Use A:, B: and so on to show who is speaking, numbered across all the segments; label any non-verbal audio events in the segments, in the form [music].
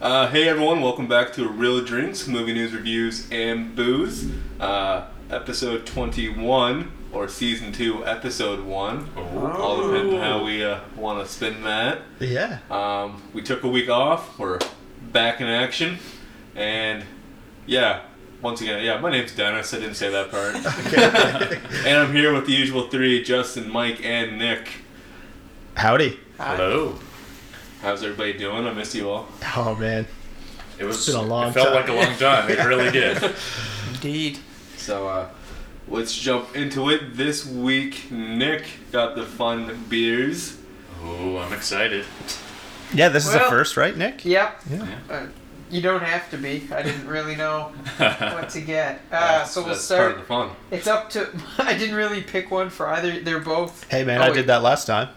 A: Uh, hey everyone, welcome back to Real Drinks, Movie News Reviews, and Booze. Uh, episode 21, or Season 2, Episode 1. All depends on how we uh, want to spin that.
B: Yeah.
A: Um, we took a week off, we're back in action, and yeah, once again, yeah, my name's Dennis, I didn't say that part. and I'm here with the usual three Justin, Mike, and Nick.
B: Howdy.
C: Hello.
A: How's everybody doing? I miss you all.
B: Oh man.
C: It was
B: been a long
C: It felt
B: time.
C: like a long time. It
B: [laughs]
C: really did.
D: Indeed.
A: So uh, let's jump into it. This week, Nick got the fun beers.
C: Oh, I'm excited.
B: Yeah, this is the
D: Well-
B: first, right, Nick?
D: Yep.
B: Yeah.
D: Uh, you don't have to be. I didn't
A: [laughs]
D: really know what to get. Uh,
A: That's-
D: so we'll
A: that's Part
D: start.
A: of the fun.
D: It's up to. [laughs] I didn't really pick one for either. They're both.
B: Hey man,
D: Oh,
B: I
D: wait.
B: did that last time.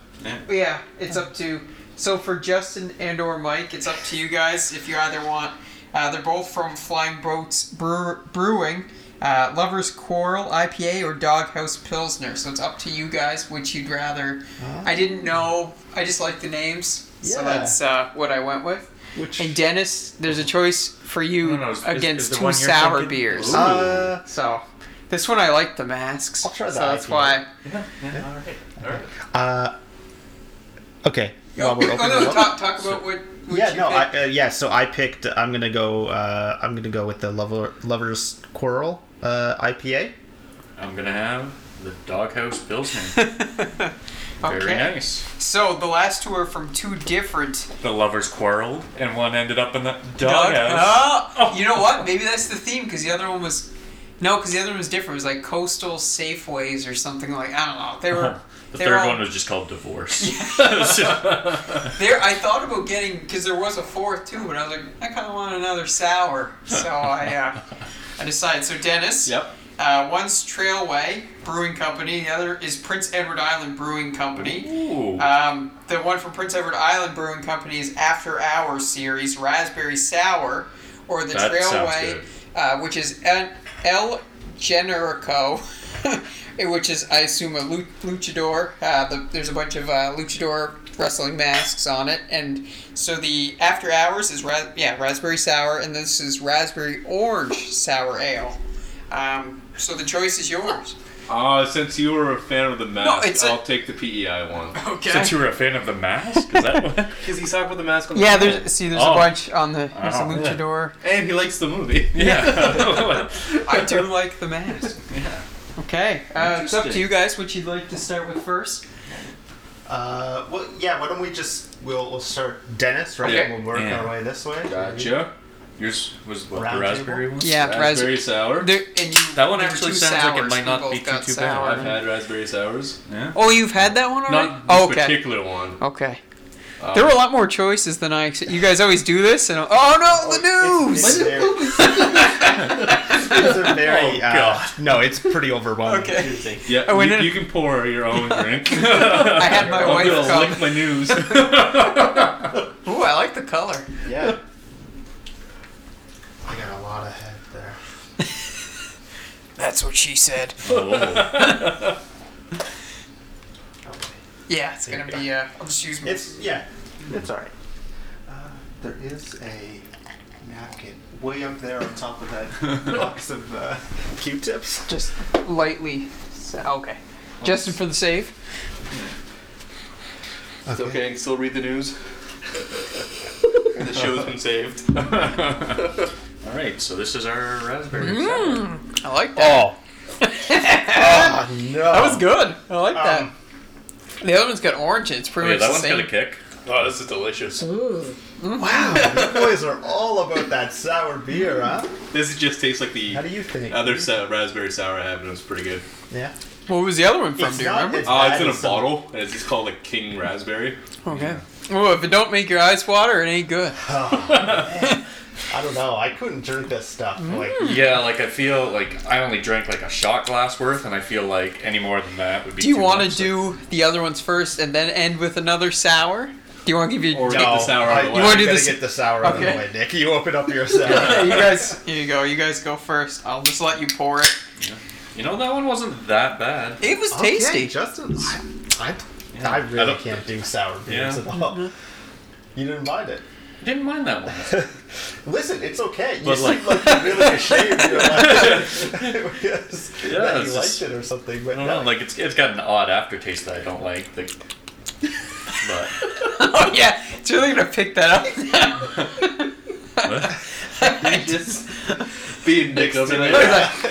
D: Yeah. It's up to. So for Justin and or Mike, it's up to you guys if you either want. Uh, they're both from Flying Boats Brewer, Brewing, uh, Lovers Quarrel IPA or Doghouse Pilsner. So it's up to you guys which you'd rather. I didn't know. I just like the names, so
B: Yeah.
D: that's uh, what I went with.
B: Which
D: And Dennis, there's a choice for you
C: No, no, is- is- is
D: against
C: the
D: two
C: one you're
D: sour
C: thinking?
D: beers.
C: Ooh.
B: uh,
D: So this one I like the masks.
B: I'll try
D: So
B: the
D: that's
B: IPA.
D: why.
C: Yeah, all right. All right.
B: uh, okay.
D: Oh,
B: While we're opening
D: no,
B: it up-
D: talk, talk about what. what
B: yeah,
D: you
B: no,
D: picked.
B: I, uh, yeah. So I picked. I'm gonna go. Uh, I'm gonna go with the lover, lovers quarrel uh, IPA.
C: I'm gonna have the doghouse
D: [laughs]
C: pilsner. Very
D: Okay.
C: nice.
D: So the last two are from two different
C: The lovers quarreled, and one ended up in the
D: dog.
C: doghouse.
D: Oh, you know what? Maybe that's the theme because the other one was. No, because the other one was different. It was like coastal safeways or something like I don't know. They were.
C: [laughs] The
D: they
C: third
D: were all-
C: one was just called
D: [laughs]
C: divorce. [laughs] So-
D: There, I thought about getting because there was a fourth too, but I was like, I kind of want another sour, so I, uh, I decided. So Dennis,
A: Yep.
D: uh, one's Trailway Brewing Company, the other is Prince Edward Island Brewing Company.
C: Ooh.
D: Um, the one from Prince Edward Island Brewing Company is After Hour Series Raspberry Sour, or the
C: That sounds
D: Trailway,
C: good.
D: uh, which is El, El Generico. [laughs] eh, Which is, I assume, a lu- luchador. Uh, the, there's a bunch of uh, luchador wrestling masks on it, and so the after hours is ra- yeah raspberry sour, and this is raspberry orange sour ale. Um, so the choice is yours.
A: Uh, since you were a fan of the mask,
D: it's a-
A: I'll take the PEI one.
D: Okay.
C: Since you were a fan of the mask, is that
D: [laughs]
C: what?
A: Because he's talking with the mask on
D: yeah, there's see, there's
C: Oh.
D: a bunch on the there's a
C: Oh, yeah.
D: luchador.
A: And he likes the movie.
C: Yeah.
D: I do like the mask. Okay, uh, it's up to you guys what you'd like to start with first.
B: Uh, well, yeah. Why don't we just we'll, we'll start Dennis, right?
A: Okay.
B: And We'll work
C: Yeah.
B: our way this way.
A: [laughs] Gotcha.
C: [laughs] Yours was what, the
B: Round [laughs]
C: raspberry one?
D: Yeah,
A: Raspberry sour.
D: There, and you,
C: That one
D: there were
C: actually
D: two
C: sounds like it
D: sours.
C: might
D: We
C: not
D: both
C: be too-
D: got
C: too bad.
D: sour.
A: I've had raspberry sours.
C: Yeah.
D: Oh, you've had that one already?
A: Not this
D: oh, okay.
A: particular one.
D: Okay.
A: Uh,
D: There were a lot more choices than I. ex- You guys always do this, and oh no, the
B: It's
D: news. [laughs]
B: very- it's a very
C: Oh,
B: uh,
C: God.
B: no, it's pretty overwhelming.
D: Okay.
A: Yeah,
D: I went
A: you,
D: in-
A: you can pour your own drink.
D: [laughs] I had Oh, my
A: I'm
D: wife
A: gonna lick
D: come.
A: my
D: [laughs]
A: news.
D: Ooh, I like the color.
B: Yeah. I got a lot of head there.
D: That's what she said.
C: [laughs] Oh.
D: Yeah, it's gonna be. Uh, I'll just use my.
B: It's yeah. It's all right. Uh, there is a napkin way up there on top of that box of uh, Q-tips.
D: just lightly. So, okay. Justin for the save.
A: It's okay, I can still read the
D: [laughs]
A: news. the show's been saved.
C: All right, so this is our raspberry.
D: Mm, I like that.
B: Oh. oh no.
D: That was good. I like
B: Um,
D: that. The other one's got orange. in it. It's pretty
C: Yeah,
D: much the
C: that one's
D: same.
C: gonna kick.
A: Oh, this is delicious.
B: Wow. You boys are all about that sour beer, huh?
A: This just tastes like the
B: How do you think?
A: other sa- raspberry sour I had, and it was pretty good.
B: yeah.
D: What was the other one from?
B: It's
D: do you
B: not-
D: remember?
B: it's
A: Oh, it's
B: bad
A: in a
B: and some-
A: bottle, and it's just called like
D: [laughs]
A: King Raspberry.
D: Okay. Oh, if it don't make your eyes water, it
C: [laughs]
D: ain't good.
B: Oh, man. I don't know. I couldn't drink this stuff. Like,
C: Yeah, like I feel like I only drank like a shot glass worth, and I feel like any more than that would be.
D: Do you
C: too
D: want
C: much, so-
D: to do the other ones first and then end with another sour? Do you want to give you?
A: Or
B: no,
A: get
C: [laughs]
A: the sour out
B: I,
A: of the way.
B: you want
D: wanna
B: to
D: do this-
B: get the sour out of the
D: Okay.
B: way, Nick. You open up your
D: [laughs]
B: sour.
D: you guys, here you go. You guys go first. I'll just let you pour it.
C: You know that one wasn't that bad.
D: It was
B: Okay,
D: tasty.
B: Justin. I, I,
C: Yeah.
B: I
C: I
B: really
C: don't-
B: can't do sour beers
C: Yeah.
B: at all. You didn't mind it.
C: Didn't mind that one.
B: Listen, it's okay. You
A: But,
B: seem
A: like-
B: like, you're really ashamed
C: [laughs]
B: of your life. [laughs] yes,
C: Yeah,
B: that you
C: it's
B: liked
C: just-
B: it or something. But
C: I don't know.
B: no.
C: Like it's it's got an odd aftertaste that I don't like. Like, but
D: [laughs] Oh yeah, it's really gonna pick that up.
C: [laughs]
D: [laughs] I
A: just being Nick over
D: was
A: there.
D: like,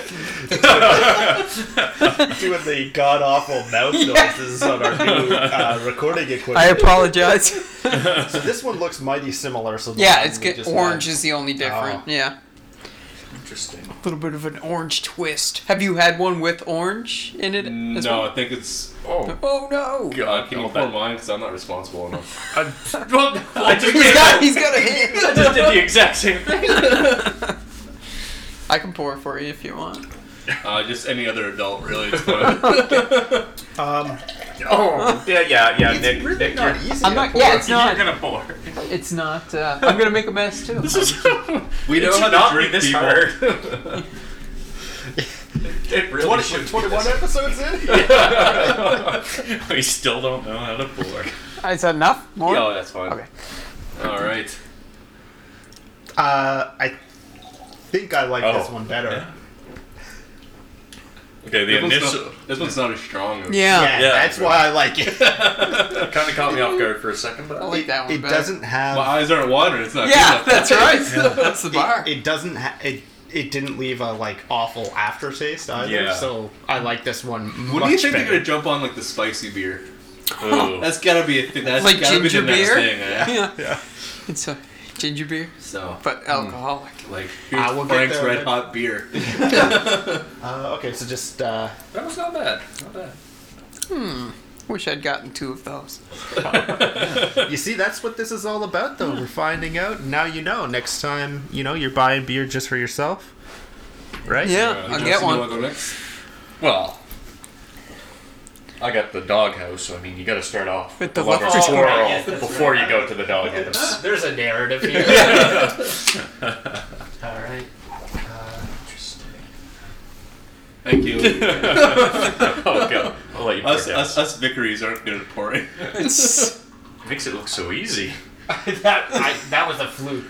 B: doing the god awful
D: [laughs]
B: mouth noises on our new uh, recording equipment.
D: I apologize.
B: So this one looks mighty similar. So the
D: yeah,
B: one
D: it's
B: we
D: good.
B: just
D: Orange
B: had-
D: is the only different.
B: Oh.
D: Yeah,
C: interesting.
D: a little bit of an orange twist. Have you had one with orange in it? as
A: No, I think it's.
C: Oh
D: Oh no!
A: Uh,
C: God!
A: can you
C: no,
A: pour
C: that-
A: mine? Because I'm not responsible
C: [laughs]
A: enough.
C: [laughs] I, well, I just
D: He's
C: did,
D: got, he's got a hit.
C: I just did the exact same thing.
D: I can pour for you if you want.
A: Uh, just any other adult, really. It's
C: [laughs]
A: fine.
B: Um,
C: Oh yeah, yeah, yeah.
B: it's
C: Nick,
B: really
C: Nick,
B: not
C: you're,
B: easy.
D: I'm
B: to
D: not.
B: pour.
D: Yeah, it's not.
C: You're gonna pour.
D: It's not. Uh, I'm gonna make a mess too.
C: This is.
A: We know
C: It should
A: how to
C: not be
A: drink
C: this
A: people.
C: hard. [laughs] it really
B: 20
C: should be
B: 21
C: this-
B: episodes in.
C: we still don't know how to pour.
D: Is that enough? More?
A: Yeah, that's fine.
D: Okay.
A: All right.
B: Uh, I think I like this
C: Oh.
B: one better.
C: Yeah. Okay, the
A: This one's,
C: initial
A: not, this one's not as strong. as-
D: Yeah.
B: Yeah,
C: Yeah.
B: that's why I like it.
C: kind of caught me off guard for a second, but
D: I like
B: [laughs]
D: that one
B: it
D: better.
B: doesn't have.
A: My eyes aren't watering. It's not.
D: Yeah,
C: [laughs]
A: good enough.
D: that's right. [laughs] That's the bar.
B: It, it doesn't. Ha- it it didn't leave a like awful aftertaste either.
C: Yeah.
B: So I like this one.
A: What
B: much
A: do you think
B: better.
A: they're gonna jump on like the spicy beer?
C: Ooh.
A: That's gotta be a thing. That's
D: like
A: gotta
D: ginger
A: be the next
D: beer.
A: thing. Yeah.
D: [laughs] yeah.
B: Yeah.
D: It's a ginger beer,
A: So,
D: but alcoholic.
A: like,
B: I
A: here's
B: will get
A: Frank's
B: there
A: Red
B: eventually.
A: Hot beer.
B: Uh, okay, so just uh,
C: that was not bad. Not bad.
D: Wish I'd gotten two of those.
B: you see, that's what this is all about, though. We're finding out now. You know, next time you know you're buying beer just for yourself, right?
D: Yeah,
A: Uh,
D: I'll
A: Justin,
D: get
A: you
D: one.
A: wanna go next?
C: Well, I got the doghouse, so I mean, you got to start off
D: With the
C: lover's
D: leftist
C: quarrel
B: right, yes, that's
C: before you go to the doghouse.
B: There's a narrative here. all right.
A: Thank [laughs] you.
C: [laughs] oh god, I'll let you pour
A: us,
C: it
A: us, us Vickeries aren't good at pouring.
D: It's
C: Makes it look so easy.
B: that I, that was a fluke.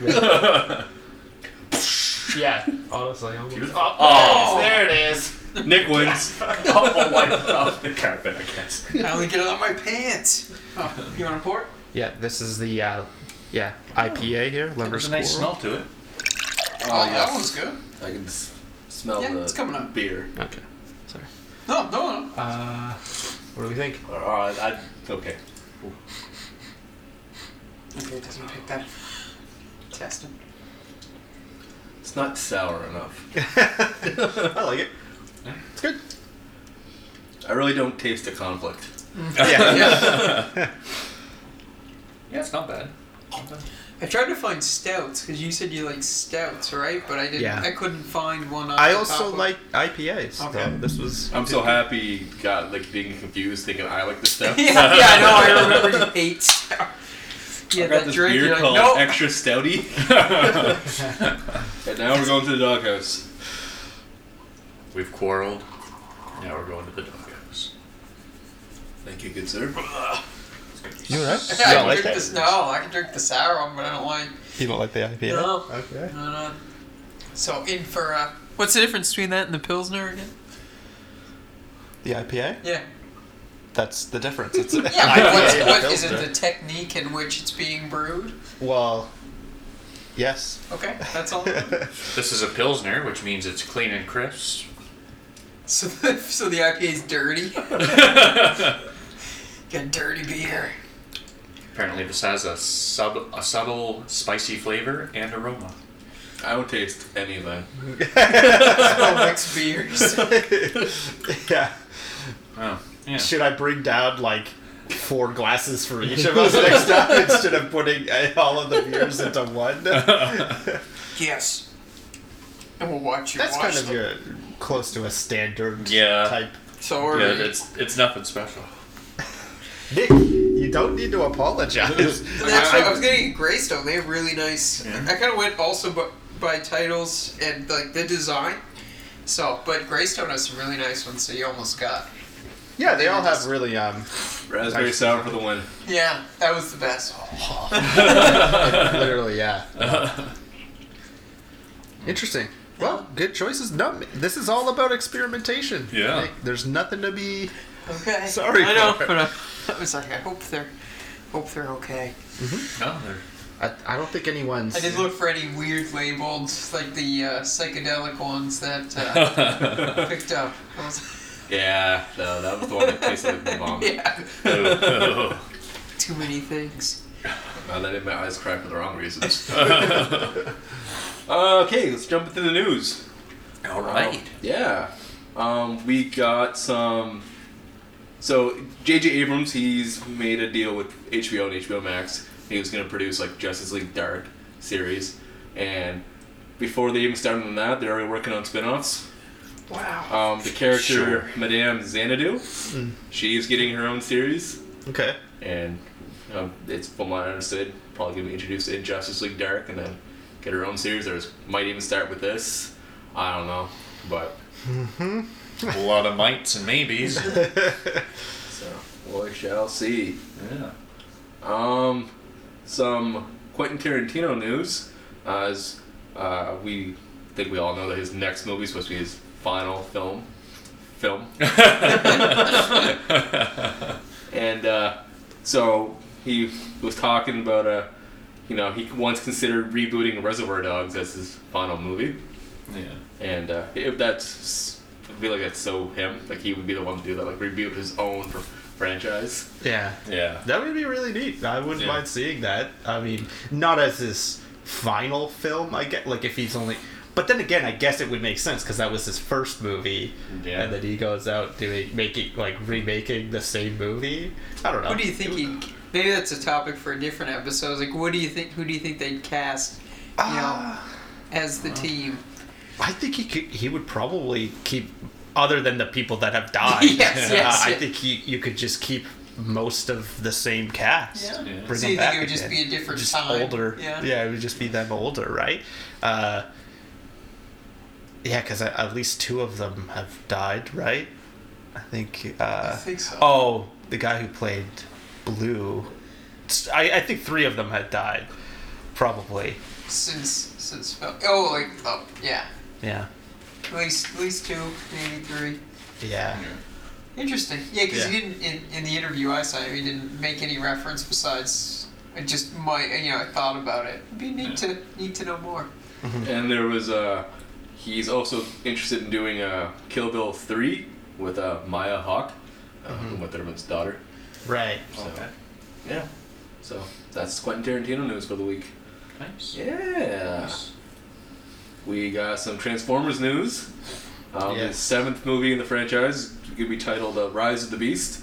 B: yeah, honestly,
C: Oh,
B: there it is.
A: Nick
C: [laughs]
A: wins.
C: oh my god, the carpet, I guess.
D: I only get it on my pants. Oh, you want to pour? it?
B: Yeah, this is the uh, yeah IPA here. Lumber
C: There's a nice smell to it.
D: [laughs] Oh, that one's good.
A: I can s- smell
D: Yeah,
A: the
D: it's coming up.
A: beer.
B: Okay, sorry.
D: No, no, no.
B: Uh, what do we think?
A: All right, Oh, I, okay.
D: Okay, it doesn't pick that. Test [laughs] it.
A: It's not sour enough.
B: I like it. It's good.
A: I really don't taste the conflict.
B: Yeah.
C: Yeah, it's not bad.
D: I tried to find stouts because you said you like stouts, right? But I didn't.
B: Yeah.
D: I couldn't find one. On
B: I
D: the
B: also
D: top of-
B: like IPAs.
D: Okay.
B: So this was.
A: I'm so happy, God, like being confused, thinking I like this stuff.
D: [laughs] [laughs] yeah, yeah, I know. I remember
B: [laughs]
D: you hate stouts. Yeah,
A: I got
D: that
A: this
D: drink.
A: beer
D: You're like,
A: called
D: nope.
A: Extra
D: [laughs]
A: Stouty, [laughs] and now we're going to the doghouse.
C: We've quarreled. Now we're going to the doghouse.
A: Thank you, good sir.
B: You right?
D: Yeah, [laughs]
B: don't
D: I can
B: like
D: drink
B: that?
D: this. No, I can drink the sour one, but I don't like.
B: You don't like the IPA?
D: No.
B: Okay.
D: No, no. Uh, So in for uh, what's the difference between that and the pilsner again?
B: The IPA?
D: Yeah.
B: That's the difference. [laughs] It's
D: Yeah. but what's,
B: IPA
D: what is it?
B: filter.
D: The technique in which it's being brewed.
B: Well, yes.
D: Okay,
B: [laughs]
D: that's all.
C: This is a pilsner, which means it's clean and crisp.
D: so, [laughs] the, so the IPA is dirty. [laughs] Got dirty
B: [laughs]
D: beer.
C: Apparently, this has a sub a subtle spicy flavor and aroma.
A: I don't taste any of that.
D: Oh, mixed beers. [laughs]
B: yeah.
C: Oh, yeah. [laughs]
B: Should I bring down like four glasses for each of us next [laughs] time instead of putting uh, all of the beers into [laughs] one?
D: Yes. And we'll watch you.
B: That's
D: watch
B: kind of
D: them.
B: your close to a standard
C: Yeah.
B: type.
D: So are
C: Yeah,
D: we.
C: it's it's nothing special.
B: Nick, you don't need to
D: [laughs]
B: apologize.
D: The next one, I was gonna get Greystone. They have really nice. I kind of went also by, by titles and like the design. So, but Greystone has some really nice ones. So you almost got. [laughs]
B: yeah, they all have really um,
A: Raspberry sour for the win.
D: Yeah, that was the best.
B: Literally, yeah.
D: [laughs]
B: Interesting. Well, good choices. No, this is all about experimentation.
C: Yeah.
B: Like, there's nothing to be.
D: Okay.
B: Sorry
D: I know,
B: for
D: [laughs]
B: it.
D: but I, I was like, I hope they're, hope they're okay.
C: No, they're-
B: I, I don't think anyone's.
D: I did look for any weird labeled, like the uh, psychedelic ones that uh, picked up. [laughs] I was,
A: Yeah, no, that was the one that tasted like the bomb.
D: yeah,
C: oh,
D: [laughs] too many things.
A: Now that made my eyes cry for the wrong reasons. [laughs] Uh, okay, let's jump into the news.
C: oh. All right.
A: Yeah. Um, we got some. So J.J. Abrams, he's made a deal with HBO and HBO Max. He was going to produce like Justice League Dark series, and before they even started on that, they're already working on spin-offs. Wow. Um, the character
C: Sure.
A: Madame Xanadu, she's getting her own series,
B: Okay.
A: and um, it's from what I understood, probably going to be introduced in Justice League Dark, and then get her own series. Or might even start with this. I don't know, but
C: A lot of mites and
A: [laughs]
C: maybes.
A: So we shall see.
C: Yeah.
A: Um, some Quentin Tarantino news. Uh, as uh, we think we all know that his next movie is supposed to be his final film. Film. and uh, so he was talking about uh, you know, he once considered rebooting Reservoir Dogs as his final movie,
C: Yeah.
A: and uh, if that's, I feel like that's so him. Like he would be the one to do that, like reboot his own fr- franchise.
B: Yeah.
C: Yeah.
B: That would be really neat. I wouldn't
C: Yeah.
B: mind seeing that. I mean, not as his final film. I get like if he's only. But then again, I guess it would make sense because that was his first movie,
A: Yeah.
B: and then he goes out doing making like remaking the same movie. I don't know.
D: What do you think? He, maybe that's a topic for a different episode. Like, what do you think? Who do you think they'd cast? You know,
B: Ah.
D: as the team.
B: I think he could. He would probably keep, other than the people that have died. [laughs]
D: [laughs] Yes, yes,
B: I
D: yeah.
B: think he, you could just keep most of the same cast.
D: Yeah.
B: Bring
C: Yeah.
D: So
B: them
D: you think
B: back
D: it would just
B: again.
D: be a different
B: just
D: time?
B: older.
D: Yeah.
B: it would just be them older, right? Uh, yeah, because at least two of them have died, right? I think. Uh,
D: I think so.
B: Oh, the guy who played Blue. S- I, I think three of them had died, probably.
D: Since since Fel- oh like oh yeah,
B: Yeah.
D: at least at least two maybe three.
B: Yeah.
D: Interesting. Yeah, because
B: Yeah.
D: he didn't in, in the interview I saw. He didn't make any reference besides I just my you know I thought about it. It'd be neat to need to know more.
A: And there was Uh, he's also interested in doing uh, Kill Bill three with uh, Maya Hawke, uh, Uma Thurman's daughter.
B: Right.
A: So yeah, so that's Quentin Tarantino news for the week.
C: Nice.
A: Yeah, we got some Transformers news. Um, The
B: Yes.
A: seventh movie in the franchise could be titled uh, Rise of the Beast,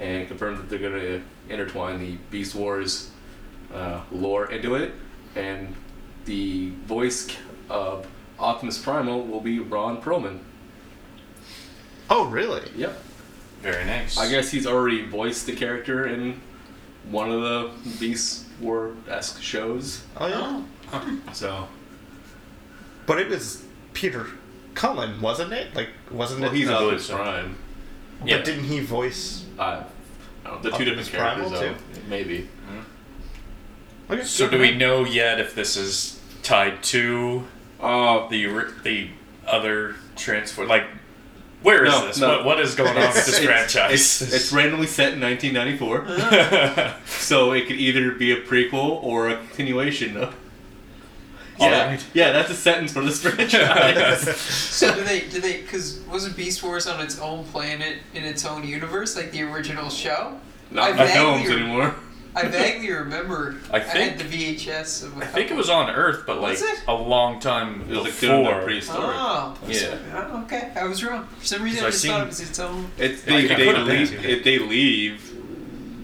A: and confirmed that they're going to intertwine the Beast Wars uh, lore into it, and the voice c- of Optimus Primal will be Ron Perlman.
B: Oh, really?
A: Yep.
C: Very nice.
A: I guess he's already voiced the character in one of the Beast War esque shows.
B: Oh, yeah.
A: So
B: But it was Peter Cullen, wasn't it? Like, wasn't
A: well,
B: it?
A: he's
C: I believe
A: Optimus
C: so.
A: Prime.
B: but
C: Yeah.
B: didn't he voice?
A: Uh, I don't know, the two
B: Optimus
A: different characters,
B: Primal,
A: though. Maybe.
B: Okay.
C: So do we know yet if this is tied to
A: [laughs] Uh,
C: the ri- the other transfer? Like, where is
A: No,
C: this?
A: no.
C: What, what is going on with this
A: [laughs]
C: franchise?
A: It's,
C: [laughs]
A: it's [laughs] randomly set in [laughs] 1994, so it could either be a prequel or a continuation. Of, yeah,
C: Alright.
A: yeah, that's a sentence for this [laughs]
C: [laughs]
A: franchise.
D: So do they do they because wasn't Beast Wars on its own planet in its own universe like the original show?
A: [laughs] Not in the films anymore.
D: I vaguely remember.
C: I think-
D: had the VHS of. a
C: I think it was on Earth, but like
D: Was it?
C: a long time
A: It was like doing the
C: before.
A: prehistoric.
D: Oh,
C: Yeah.
D: Oh, okay. I was wrong. For some reason, I
C: Because
D: just
C: I
D: thought
C: seen-
D: it was its own.
A: It's
C: I
A: they,
C: can
A: they
C: put it
A: leave
C: back to you.
A: if they leave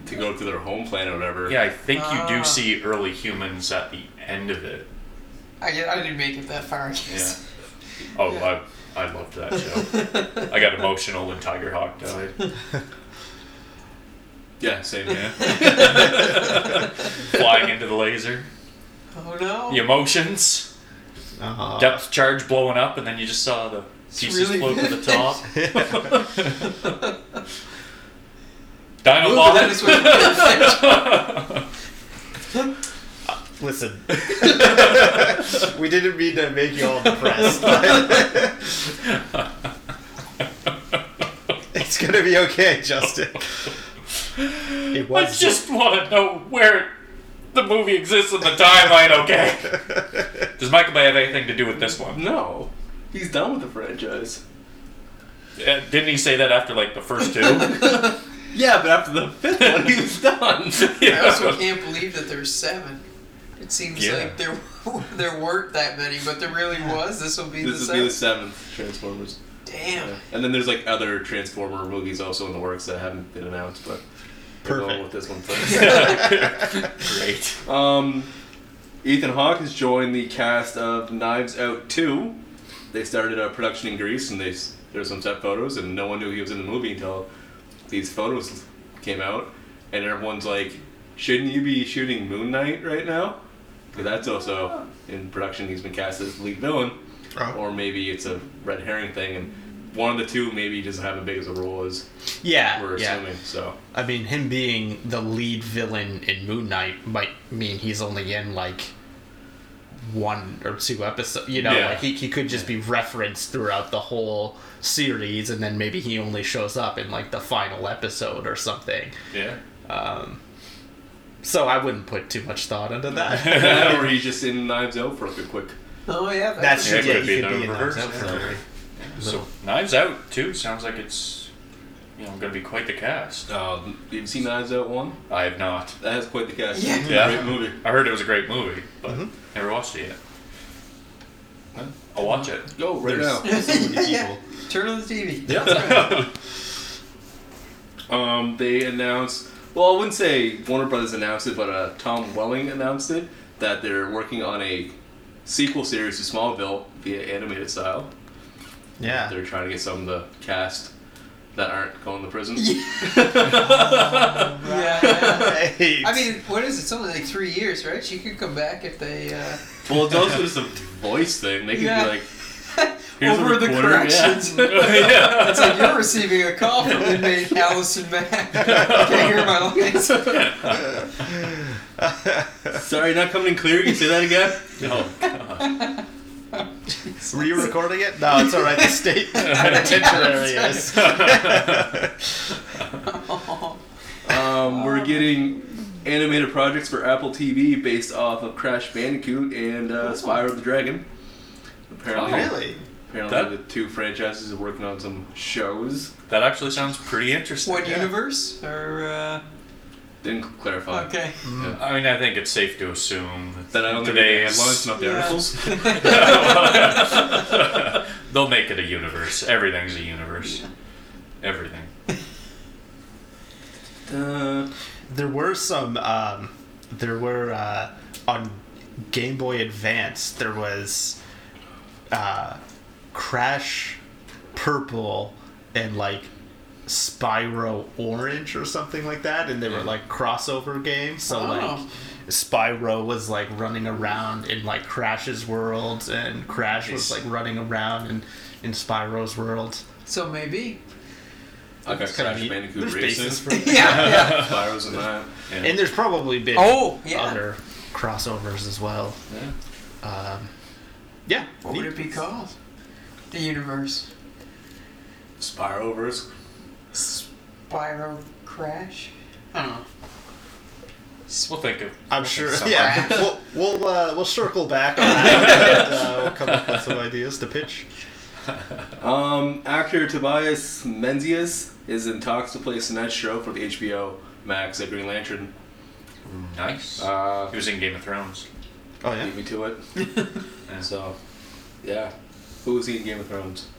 A: to go to their home planet or whatever.
C: Yeah, I think you
D: Ah.
C: do see early humans at the end of
D: [laughs]
C: it.
D: I, get- I didn't make it that far. I
C: Yeah.
D: guess. [laughs]
C: Oh, I I loved that show. I got emotional when Tiger Hawk
D: [laughs]
C: died.
A: yeah, same. [laughs] Yeah,
C: Flying into the laser,
D: Oh no.
C: the
D: [laughs]
C: emotions,
B: Uh,
C: depth charge blowing up, and then you just saw
D: [laughs]
C: the pieces
D: really
C: float to the
D: good.
C: top. Dino
D: Ooh, that
C: Ball.
D: is what-
C: [laughs]
D: perfect.
B: [laughs]
C: [laughs]
B: Listen, we didn't mean to make you all depressed.
C: [laughs]
B: but- it's gonna be okay, Justin. It
C: I
B: was
C: just want to know where the movie exists in the timeline. Okay.
D: [laughs]
C: Does Michael Bay have anything to do with this one?
A: No, he's done with the franchise.
C: Uh, Didn't he say that after like the first
D: [laughs]
C: two? [laughs]
A: Yeah, but after the fifth one, he was done. [laughs]
C: Yeah.
D: I
C: [laughs]
D: also can't believe that there's seven. It seems
C: Yeah.
D: like there [laughs] there weren't that many, but there really was. This will be
A: This
D: the
A: would be the
D: seventh.
A: seventh Transformers.
D: Damn.
A: And then there's like other Transformer movies also in the works that haven't been announced, but we're going with
B: perfect.
A: this one first. [laughs]
C: Great.
A: um, Ethan Hawke has joined the cast of Knives Out 2. They started a production in Greece, and they s- there were some set photos, and no one knew he was in the movie until these photos came out, and everyone's like, "Shouldn't you be shooting Moon Knight right now?" Because that's also in production. He's been cast as lead villain.
B: [laughs] Oh.
A: or maybe it's a red herring thing, and one of the two maybe doesn't have as big as a role as
B: Yeah,
A: we're
B: yeah.
A: assuming. So
B: I mean, him being the lead villain in Moon Knight might mean he's only in like one or two episodes. You know,
A: Yeah.
B: like he, he could just be referenced throughout the whole series, and then maybe he only shows up in like the final episode or something.
C: Yeah.
B: So I wouldn't put too much thought into
A: [laughs]
B: that.
A: [laughs] or he's just in Knives Out for a quick.
D: Oh yeah. That
B: That's
D: was-
B: true. Yeah,
C: It could be
B: you could
C: done
B: be in
C: in
B: that.
C: reverse,
B: Absolutely.
C: So Knives Out too sounds like it's you know going to be quite the cast.
A: Um, have you seen Knives Out one?
C: I have not.
A: That has quite the cast.
D: Yeah.
A: It's a
C: Yeah.
A: great movie.
C: I heard it was a great movie, but
A: Mm-hmm.
C: never watched it yet. I'll
A: [laughs]
C: watch it. [laughs]
A: Go right now.
B: There's so many people.
D: [laughs] Turn on the TV.
A: Um, they announced. Well, I wouldn't say Warner Brothers announced it, but uh, Tom Welling announced it that they're working on a sequel series to Smallville via animated style. [laughs]
B: Yeah.
A: They're trying to get some of the cast that aren't going to prison.
D: Yeah. yeah.
C: [laughs]
B: Right.
D: I mean, what is it? Something like three years, right? She could come back if they uh,
A: Well, it's also just a voice thing. They could
D: Yeah.
A: be like, Here's a
D: over the
A: recorder,
D: corrections.
C: yeah.
D: [laughs] It's like you're receiving a call from inmate Allison Mack. [laughs] Can't hear my
A: [laughs]
D: lines.
A: Sorry, not coming in clear. You can say that again.
C: Oh, God.
B: Were you recording it? No, it's all right. The state [laughs] penitentiary is.
A: Um, we're getting animated projects for Apple TV based off of Crash Bandicoot and uh, Spyro the Dragon.
D: Oh.
A: Apparently,
B: Really?
A: apparently
C: That-
A: the two franchises are working on some shows.
C: That actually sounds pretty interesting.
D: What universe? Or
A: Didn't clarify.
D: uh, okay.
C: I mean, I think it's safe to assume
A: That I don't think they have launched
C: today's
A: enough
D: Yeah.
C: [laughs]
A: articles.
C: They'll make it a universe. Everything's a universe. Everything.
A: Uh,
B: There were some. Um, there were uh, on Game Boy Advance. There was uh, Crash Purple and like Spyro Orange or something like that, and they were like crossover games. So
D: Oh.
B: like. Spyro was like running around in like Crash's world, and Crash was
C: Nice.
B: like running around in, in Spyro's world.
D: So maybe. [laughs]
A: I got
B: It's kinda
A: Crash
B: neat.
A: Bandicoot
B: There's basis
A: Racing.
B: for it.
D: Yeah. yeah.
A: [laughs] Spyro's in that.
C: Yeah.
B: And there's probably been
D: Oh, yeah.
B: other crossovers as well.
C: Yeah.
B: Um, yeah.
D: What would it be called? The universe.
A: Spyroverse.
D: Spyro Crash? I don't know.
C: We'll think of.
B: I'm [laughs] sure.
C: Some
B: Yeah, we'll we'll, uh, we'll circle back on that and uh, we'll come up with some ideas to pitch.
A: Um, actor Tobias Menzies is in talks to play Sinestro for the HBO Max at Green Lantern.
C: Nice.
A: Uh,
C: he was in Game of Thrones.
B: Oh yeah.
A: leave me [laughs] to it.
C: Yeah.
A: So, yeah. Who was he in Game of Thrones?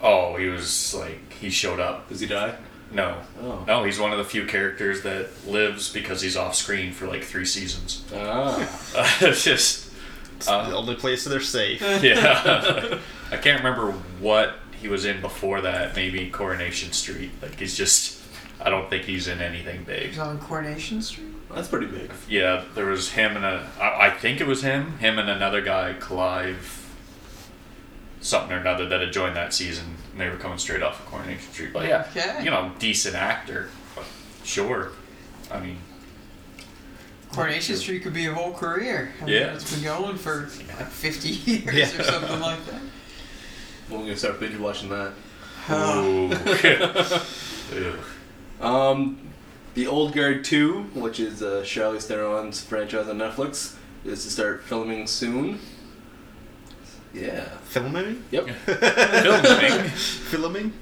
C: Oh, he was like he showed up.
A: Does he die?
C: No,
A: Oh.
C: no, he's one of the few characters that lives because he's off screen for like three seasons. [laughs]
A: Ah.
C: Uh, it's just
B: It's
C: Uh,
B: the only place they're safe.
C: yeah. [laughs] I can't remember what he was in before that. Maybe Coronation Street. Like he's just. I don't think he's in anything big.
D: He's on Coronation Street?
A: That's pretty big.
C: Yeah, there was him and a. I, I think it was him. Him and another guy, Clive. Something or another that had joined that season. And they were coming straight off of Coronation Street. But yeah,
D: Okay.
C: you know, decent actor. But sure. I mean,
D: Coronation Street could be a whole career. I mean,
C: Yeah.
D: it's been going for like 50 years
B: Yeah.
D: or something like that.
A: We're gonna start binge watching that.
D: Uh.
C: ooh. [laughs] Ew.
A: Um, the Old Guard Two, which is uh, Charlize Theron's franchise on Netflix, is to start filming soon. Yeah.
B: Filming?
A: [laughs] Yep.
C: Filming.
B: Filming?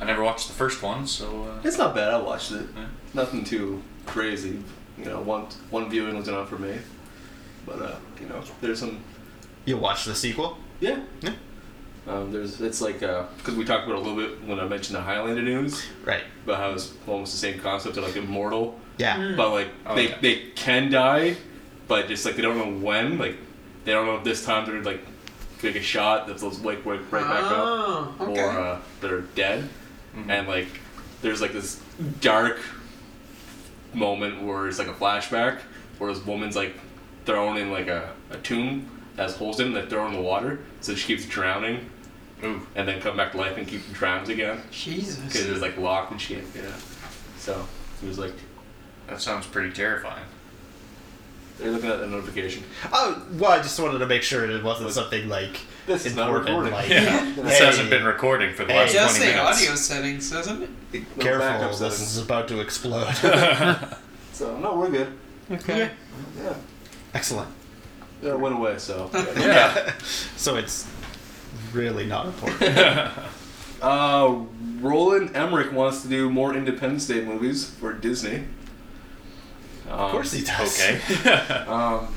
C: I never watched the first one, so uh,
A: It's not bad. I watched it.
C: Yeah.
A: Nothing too crazy. You know, one one viewing was enough for me. But uh, you know, there's some
B: You'll watch the sequel?
A: yeah.
B: Yeah.
A: Um, there's it's like because we talked about it a little bit when I mentioned the Highlander news
B: Right.
A: about how it's almost the same concept of like immortal,
B: Yeah.
A: but like
C: Oh,
A: they
C: yeah.
A: they can die, but just like they don't know when. Like they don't know if this time they're like take a shot that they'll like wake right back up.
D: oh, okay.
A: or uh, that are dead,
B: Mm-hmm.
C: Mhm.
A: and like there's like this dark moment where it's like a flashback where this woman's like thrown in like a, a tomb that has holes in it, and they throw her in the water, so she keeps drowning
C: ooh,
A: and then come back to life and keep drowns again because
D: Jesus.
A: it's like locked and shit. Yeah, so it was like
C: that sounds pretty terrifying.
A: they're looking at the notification.
B: Oh, well, I just wanted to make sure it wasn't something like
A: This is not recording.
B: important. Like,
C: [laughs] Yeah, this
B: Hey.
C: hasn't been recording for the
B: Hey.
C: last
D: It does
C: 20
D: say
C: minutes.
D: audio settings, doesn't it?
B: careful,
A: backup
B: this
A: settings.
B: is about to explode.
C: [laughs]
B: [laughs]
A: So no, we're good.
D: Okay.
A: Yeah,
B: Excellent.
A: yeah, it went away.
B: [laughs]
A: So
C: yeah.
B: so it's really not important.
A: Uh, Roland Emmerich wants to do more Independence Day movies for Disney.
B: Of course he does.
C: [laughs] Okay.
A: Um,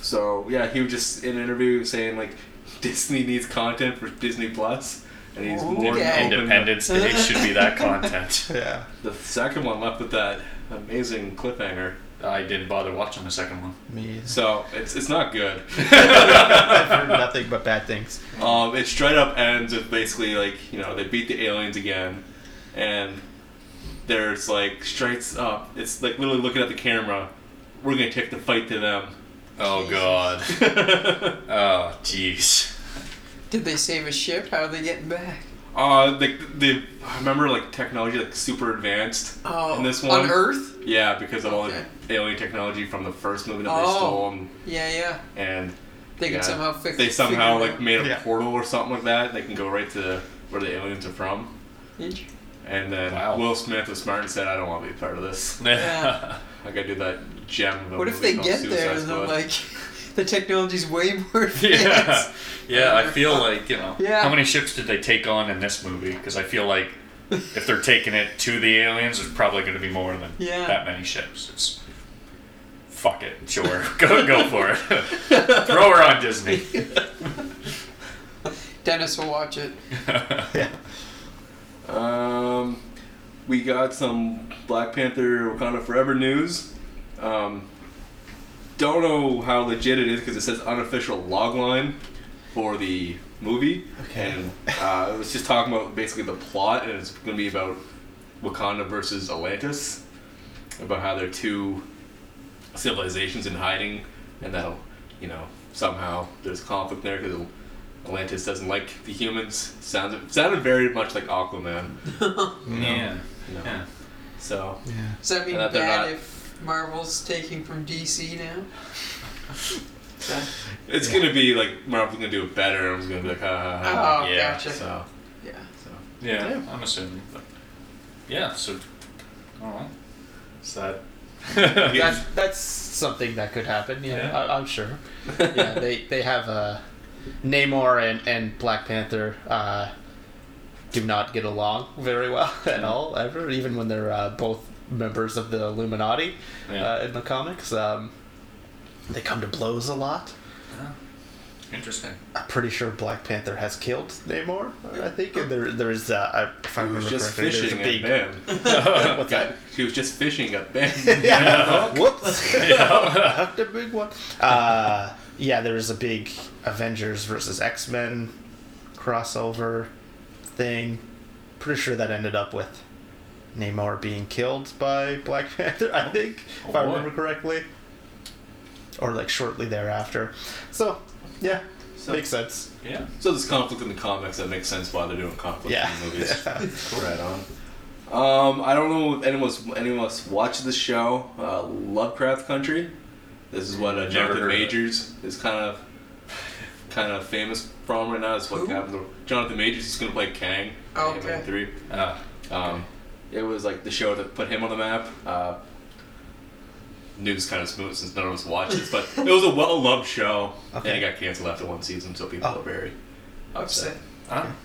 A: so yeah, he was just in an interview saying like [laughs] Disney needs content for Disney Plus, and he's more than
D: Okay.
A: open-
C: Independence Day should be that content.
B: [laughs] Yeah.
A: The second one left with that amazing cliffhanger.
C: I didn't bother watching the second one.
B: Me.
A: [laughs] So it's it's not good.
B: [laughs] I've heard nothing but bad things.
A: Um, it straight up ends with basically like you know they beat the aliens again, and there's like straight up. It's like literally looking at the camera. We're gonna take the fight to them. [laughs]
C: Oh
D: Jesus.
C: god. Oh jeez.
D: Did they save a ship? How are they getting back?
A: uh, like the I remember like technology like super advanced
D: Oh,
A: in this one.
D: on Earth?
A: Yeah, because of all
D: Okay.
A: the alien technology from the first movie that they
D: Oh.
A: stole, and,
D: Yeah, yeah.
A: and
D: They
A: yeah,
D: can somehow fix.
A: they somehow
D: figure it
A: like made a
B: Yeah.
A: portal or something like that. They can go right to where the aliens are from.
D: out.
A: And then
C: Wow.
A: Will Smith was smart and said, "I don't want to be a part of this." [laughs]
D: Yeah.
A: I gotta do that gem. Of a
D: What if
A: movie
D: they
A: called
D: get
A: Suicide
D: there and they're
A: Squad.
D: like, [laughs] the technology's way
A: [laughs]
D: more
C: [laughs] yeah.
D: advanced?
C: Yeah, I feel like, you know,
D: Yeah.
C: how many ships did they take on in this movie? Because I feel like if they're taking it to the aliens, there's probably going to be more than
D: Yeah.
C: that many ships. It's fuck it, sure, [laughs] go go for it. Throw her on Disney.
D: Dennis will watch it.
B: Yeah.
A: Um, we got some Black Panther Wakanda Forever news. Um, don't know how legit it is because it says unofficial logline for the movie.
B: Okay.
A: And uh, it was just talking about basically the plot, and it's going to be about Wakanda versus Atlantis, about how they're two civilizations in hiding, and that you know somehow there's conflict there because Atlantis doesn't like the humans. Sounded sounded very much like Aquaman.
C: Yeah.
A: No.
C: Yeah.
A: So
B: Yeah.
D: Does that mean
A: And that they're
D: bad
A: not-
D: if Marvel's taking from DC now?
A: [laughs] it's gonna be like Marvel's gonna do it better. I'm just gonna be like ha ha ha.
D: Oh,
C: yeah,
D: gotcha.
A: So
D: Yeah.
A: so
C: Yeah,
A: Yeah.
C: I'm assuming. But yeah, so all right. Is [laughs] that
B: That's, that's something that could happen. Yeah,
C: Yeah.
B: I,
A: [laughs]
B: I'm sure. yeah, they they have uh, Namor and and Black Panther uh, do not get along very well [laughs] at all ever. Even when they're uh, both members of the Illuminati
C: Yeah.
B: uh, in the comics, um, they come to blows a lot.
C: interesting?
B: I'm pretty sure Black Panther has killed Namor. I think and there there's uh, I- if I
A: he was
B: remember
A: just
B: correctly, there's a
A: fishing and
B: big
A: banned.
B: [laughs] what's
A: Got,
B: that?
A: he was just fishing got banned. [laughs]
B: Yeah. [laughs] Whoops. [laughs] Hucked a big one. Uh, yeah, there was a big Avengers versus X Men crossover thing. Pretty sure that ended up with Namor being killed by Black Panther, I think,
C: Oh,
B: if I
C: boy.
B: remember correctly. Or like shortly thereafter. So, yeah,
A: So-
B: makes sense.
C: Yeah.
B: [laughs]
A: So there's conflict in the comics that makes sense why they're doing conflict
B: Yeah. Oh,
A: in the movies.
B: Yeah.
A: Right on. Um, I don't know if anyone's anyone else watched the show uh, Lovecraft Country. This is what uh, Jonathan
C: heard of it.
A: Majors is kind of kind of famous from right now. Is what
D: Who?
A: happens. Jonathan Majors is going to play Kang. in
D: Okay.
A: Ant-Man Three.
C: Uh,
A: Um, it was like the show that put him on the map. Uh, news kind of smooth since none of us watched it, but it was a well-loved show,
B: Okay.
A: and it got canceled after one season, so people
B: Oh.
A: are very
D: Oh,
A: upset.
C: I'm-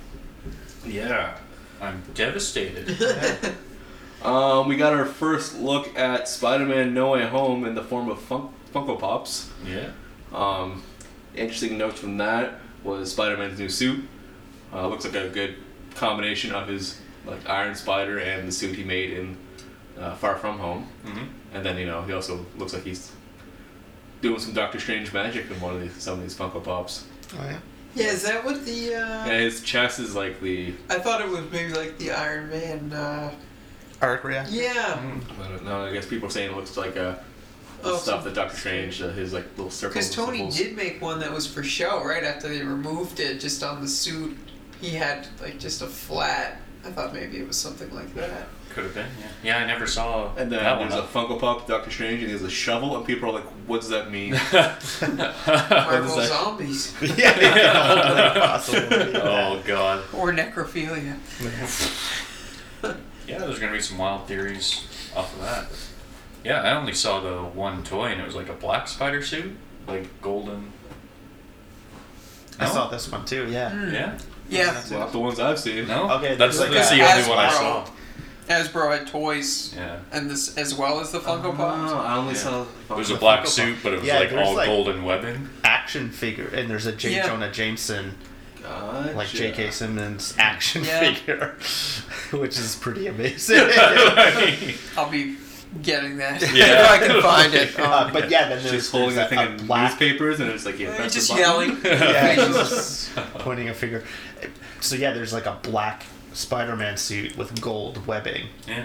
C: yeah, I'm devastated.
A: Um, we got our first look at Spider-Man: No Way Home in the form of fun- Funko Pops.
C: yeah.
A: Um, interesting notes from that was Spider-Man's new suit. Uh, looks like a good combination of his like Iron Spider and the suit he made in uh, Far From Home.
C: Mm-hmm.
A: And then you know he also looks like he's doing some Doctor Strange magic in one of these some of these Funko Pops.
B: Oh yeah.
D: Yeah, is that what the? Uh,
A: And his chest is like the
D: I thought it was maybe like the Iron Man. Uh,
B: Arc [laughs] react.
D: yeah,
A: I don't know. I guess people are saying it looks like a.
D: Oh,
A: stuff
D: so-
A: that Doctor Strange, uh, his like little circles.
D: because
A: and
D: Tony
A: circles.
D: did make one that was for show, right? After they removed it, just on the suit, he had like just a flat. I thought maybe it was something like that.
C: Could have been. Yeah. Yeah, I never saw
A: And then
C: that one.
A: there's a Funko Pop, Doctor Strange, and there's a shovel, and people are like, "What does that
C: [laughs]
A: mean?" [laughs]
D: Marvel
A: that?
D: zombies
B: yeah,
C: [laughs]
B: yeah, totally possible.
C: oh God.
D: or necrophilia.
C: Yeah, there's gonna be some wild theories off of that. Yeah, I only saw the one toy, and it was like a black spider suit, like golden.
B: I
C: No?
B: saw this one too. Yeah.
C: Yeah.
D: Hmm. Yeah,
A: Well, not the ones I've seen.
C: No.
B: Hmm. Okay,
C: That's,
B: there's like
C: that's
B: a-
C: the only one I
D: Hasbro.
C: saw.
D: Hasbro had toys,
C: Yeah.
D: and this as well as the Funko
A: No,
D: Pops.
A: Oh, I only
C: Yeah.
A: saw.
C: It was a
A: the Funko
C: black
A: Pop.
C: suit, but it was
B: Yeah,
C: like
B: there's,
C: all
B: like- [laughs]
C: golden weapon.
B: action figure, and there's a J.
D: Yeah. Oh,
B: Jonah Jameson,
A: Gotcha.
B: like J.K. Simmons action
D: Yeah.
B: figure, [laughs] which is pretty
D: [laughs]
B: amazing.
C: [laughs]
D: I'll be getting that [laughs]
C: Yeah.
D: if I can
C: [laughs]
D: find it. Um,
B: Uh, but yeah, then there's
A: Just holding
B: there's
A: a thing in newspapers, and it's like yeah,
D: Uh,
A: press the
D: just
A: button.
D: yelling.
B: [laughs]
C: [laughs]
B: Yeah,
D: Yeah.
B: he's just pointing a finger. So yeah, there's like a black Spider-Man suit with gold webbing,
C: yeah.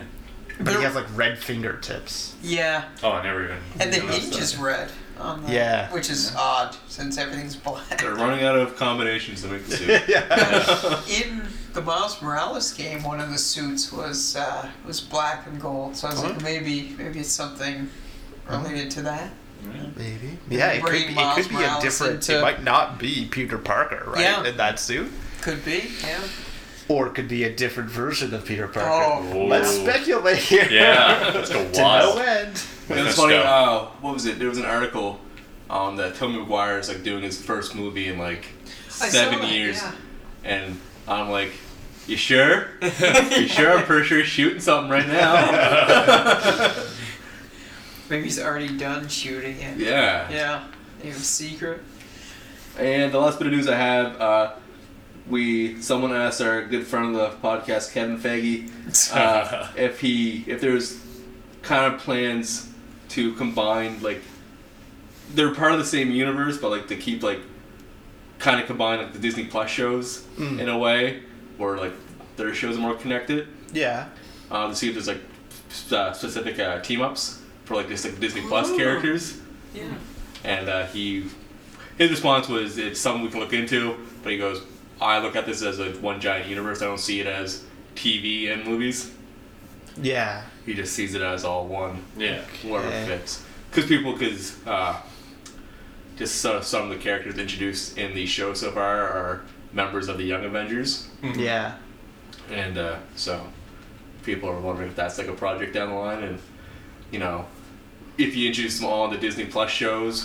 B: but
D: There-
B: he has like red fingertips.
D: yeah,
C: Oh, I never even.
D: and the
C: noticed
D: hinge is
C: that.
D: red. On the,
B: Yeah.
D: which is odd since everything's black.
A: They're running out of combinations to make the
C: [laughs]
A: suit.
B: yeah.
D: In the Miles Morales game, one of the suits was uh, was black and gold, so I was like, maybe maybe it's something related to that.
B: Maybe. Yeah, it could
D: Bring
B: be, it
D: Miles
B: could be a
D: Morales
B: different.
D: into-
B: It might not be Peter Parker, right?
D: Yeah.
B: In that suit,
D: Could be, yeah.
B: or it could be a different version of Peter Parker.
D: Oh.
B: Let's
C: Ooh.
B: speculate here.
C: Yeah,
B: [laughs]
C: let's go
B: To no
C: wild.
B: end.
A: It was
C: Let's
A: funny.
C: go.
A: Uh, what was it? There was an article um, that Tobey Maguire is like doing his first movie in like
D: I
A: seven
D: saw that,
A: years,
D: yeah.
A: and I'm like, you
C: [laughs]
A: sure? you sure? I'm pretty sure he's shooting something right
C: [laughs]
A: now.
D: Maybe he's already done shooting it.
A: yeah.
D: Yeah. You have a secret.
A: And the last bit of news I have, uh, we someone asked our good friend of the podcast, Kevin Faggy, uh, if he if there's kind of plans to combine like they're part of the same universe, but like to keep like kind of combine like the Disney Plus shows
B: Mm.
A: in a way, or like their shows are more connected.
B: Yeah.
A: Uh, to see if there's like sp- uh, specific uh, team ups for like just like Disney Plus
D: Ooh.
A: characters
D: Yeah.
A: and uh, he his response was it's something we can look into but he goes i look at this as a one giant universe i don't see it as tv and movies
B: Yeah.
A: he just sees it as all one
C: Yeah.
A: whatever
B: Yeah.
A: fits because people because uh, just so, some of the characters introduced in the show so far are members of the young avengers
B: Yeah.
A: and uh, so people are wondering if that's like a project down the line and you know if you introduce them all on the disney plus shows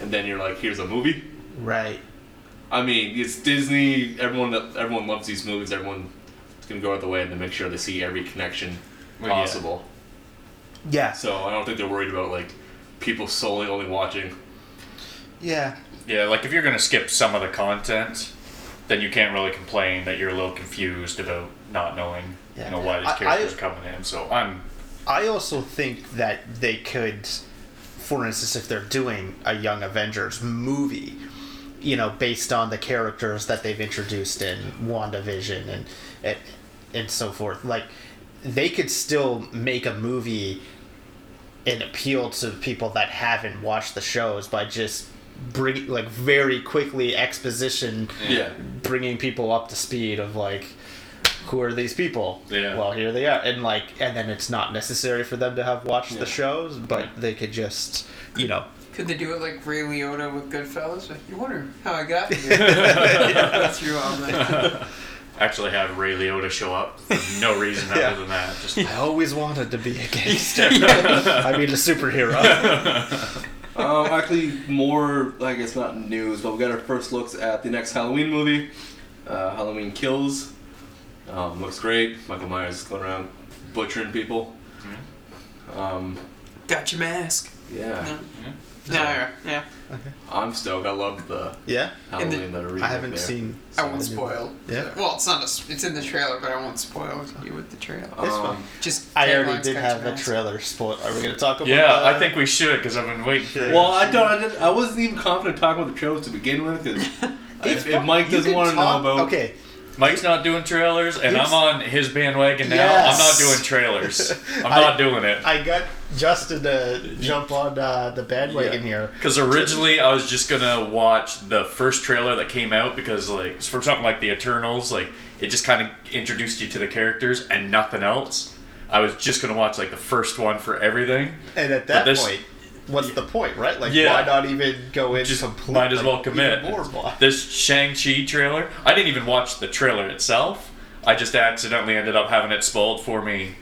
A: and then you're like here's a movie
B: Right.
A: I mean, it's Disney. Everyone everyone loves these movies. Everyone's gonna go out the way to make sure they see every connection
C: Well, yeah.
A: possible.
B: Yeah.
A: So I don't think they're worried about like people solely only watching.
B: Yeah.
C: Yeah, like if you're gonna skip some of the content, then you can't really complain that you're a little confused about not knowing,
B: Yeah.
C: you know, why these
B: I- I-
C: characters coming in. So I'm
B: I also think that they could, for instance, if they're doing a Young Avengers movie, you know, based on the characters that they've introduced in WandaVision and and, and so forth, like they could still make a movie and appeal to people that haven't watched the shows by just bring like very quickly exposition
A: Yeah.
B: bringing people up to speed of like who are these people?
C: Yeah.
B: Well, here they are, and like, and then it's not necessary for them to have watched
A: Yeah.
B: the shows, but they could just, you know,
D: Could they do it like Ray Liotta with Goodfellas? Like, you wonder how I got here. yeah, through all that.
C: Actually, have Ray Liotta show up
B: [laughs]
C: for no reason
B: Yeah.
C: other than that. Just
B: I always wanted to be a
A: [laughs]
B: gangster. I mean, a superhero.
A: um, actually, more, I guess not news, but we got our first looks at the next Halloween movie, uh, Halloween Kills. Um, looks great. Michael Myers is going around butchering people.
B: Mm-hmm.
A: Um,
D: Got your mask.
A: yeah,
D: No.
A: Mm-hmm.
D: No, yeah. yeah.
A: I'm stoked. I love the
B: yeah.
D: And the-
A: Halloween that are
B: I haven't seen.
D: I won't spoil.
B: Yeah.
D: Well, it's not. A, s- it's in the trailer, but I won't spoil you with the trailer.
A: Um,
B: This one.
D: Just.
B: I already
D: headlines,
B: did
D: got
B: have
D: your
B: a
D: mask.
B: trailer spoil. Are we gonna talk about?
C: yeah,
B: that?
C: I think we should because I've been waiting.
B: Sure.
A: Well, I don't. I, didn't, I wasn't even confident talking about the trailers to begin with.
B: [laughs]
A: 'cause if, if Mike
B: You
A: doesn't
B: can
A: want to know
B: talk-
A: about,
B: Okay.
C: Mike's not doing trailers, and
B: Yes.
C: I'm on his bandwagon now. I'm
B: Yes.
C: not doing trailers.
B: [laughs]
C: I'm
B: I-
C: not doing it.
B: I got Justin to jump on uh, the bandwagon here.
C: Because originally I was just gonna watch the first trailer that came out because like for something like the Eternals, like it just kind of introduced you to the characters and nothing else. I was just gonna watch like the first one for everything.
B: And at that
C: But this-
B: point, what's the point, right? Like,
C: Yeah.
B: why not even go in
C: Just
B: completely?
C: might as well commit.
B: even More blind?
C: This Shang Chi trailer, I didn't even watch the trailer itself. I just accidentally ended up having it spoiled for me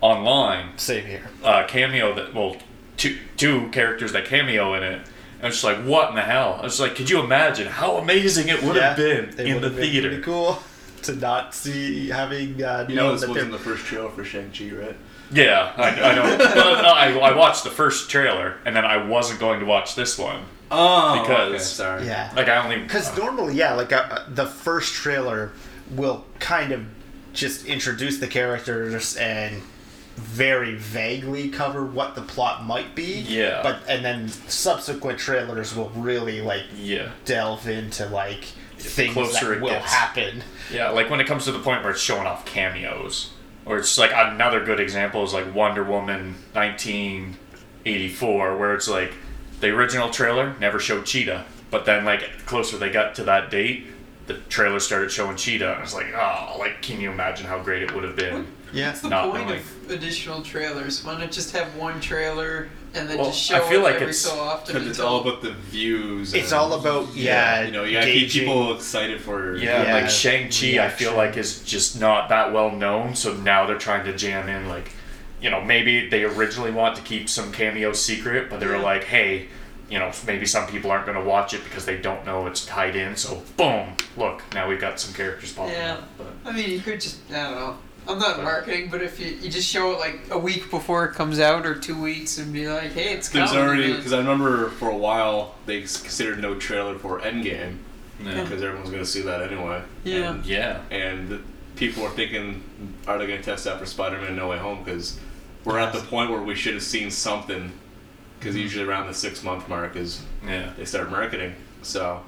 C: online.
B: Same here.
C: uh, cameo that well two two characters that cameo in it. I was just like, what in the hell? I was like, could you imagine how amazing it would have
B: Yeah,
C: been
B: it
C: in the
B: would've been
C: theater?
B: Pretty cool [laughs] to not see having uh,
A: you
B: known
A: know this
B: that
A: wasn't
B: they're-
A: the first trailer for Shang Chi, right?
C: Yeah, I, I know. but uh, I, I watched the first trailer, and then I wasn't going to watch this one.
A: Oh, okay,
C: Because-
A: sorry.
B: yeah.
C: Like I only
B: Because normally, yeah, like uh, the first trailer will kind of just introduce the characters and very vaguely cover what the plot might be.
C: Yeah.
B: But and then subsequent trailers will really like
C: yeah
B: delve into like things
C: closer
B: that
C: it
B: will
C: gets.
B: happen.
C: yeah like when it comes to the point where it's showing off cameos, or it's like another good example is like Wonder Woman nineteen eighty four, where it's like the original trailer never showed Cheetah, but then like the closer they got to that date. The trailer started showing Cheetah, and I was like, "Oh, like, can you imagine how great it would have been?"
B: Yeah.
D: What's the
C: Not
D: point
C: knowing.
D: of additional trailers? Why not just have one trailer and then
C: Well,
D: just show
C: I feel
D: it
C: like
D: every
C: it's-
D: so often?
A: Because it's
D: until-
A: all about the views.
B: It's
A: and-
B: all about yeah,
A: you know, you gotta keep
B: gauging-
A: people excited for.
C: Yeah,
B: Yeah.
C: like Shang Chi, I feel
B: Reaction.
C: like is just not that well known. So now they're trying to jam in like, you know, maybe they originally want to keep some cameo secret, but they were
D: Yeah.
C: like, hey, you know, maybe some people aren't going to watch it because they don't know it's tied in. So boom, look, now we've got some characters popping
D: Yeah.
C: up. But
D: I mean, you could just, I don't know. I'm not marketing, but if you, you just show it like a week before it comes out or two weeks and be like, hey, it's coming.
A: There's already
D: and
A: because I remember for a while they s- considered no trailer for Endgame because everyone's gonna see that anyway.
D: Yeah.
A: And,
C: yeah,
A: and the people were thinking, are they gonna test that for Spider-Man No Way Home? Because we're at the point where we should have seen something.
B: Mm-hmm.
A: Because usually around the six-month mark is
C: yeah.
A: they start marketing. So,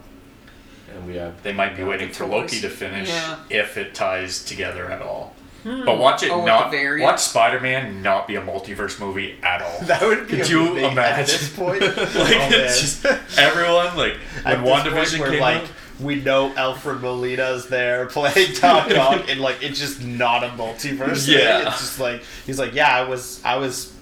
A: and we have
C: They might be waiting for Loki
D: Toys.
C: to finish
D: Yeah.
C: if it ties together at all. But watch it
D: Oh, with
C: not
D: the variant?
C: watch Spider Man not be a multiverse movie at
B: [laughs]
C: all.
B: That would be
C: Could you
B: amazing at
C: imagine?
B: this
C: [laughs]
B: point.
C: like
B: Oh, man.
C: it's just everyone like
B: [laughs] At this
C: when
B: point,
C: WandaVision
B: we're
C: came
B: like,
C: out.
B: we know Alfred Molina's there playing
C: [laughs]
B: Top Dog, and like it's just not a multiverse. thing.
C: Yeah.
B: it's just like he's like, yeah, I was, I was,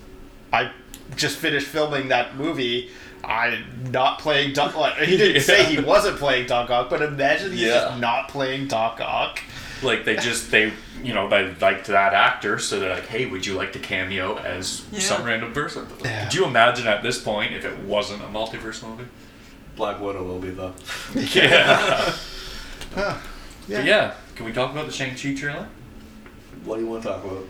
B: I just finished filming that movie. I'm not playing Doc. Like, he
C: [laughs]
B: didn't say he wasn't playing Doc Ock, but imagine he's
C: Yeah.
B: just not playing Doc Ock.
C: Like they just they you know they liked that actor, so they're like, hey, would you like to cameo as
D: Yeah.
C: some random person? But, like,
B: Yeah.
C: Could you imagine at this point if it wasn't a multiverse movie?
A: Black Widow will be though.
C: [laughs] Yeah.
B: Huh.
C: yeah. But yeah. Can we talk about the Shang Chi trailer?
A: What do you want to talk about?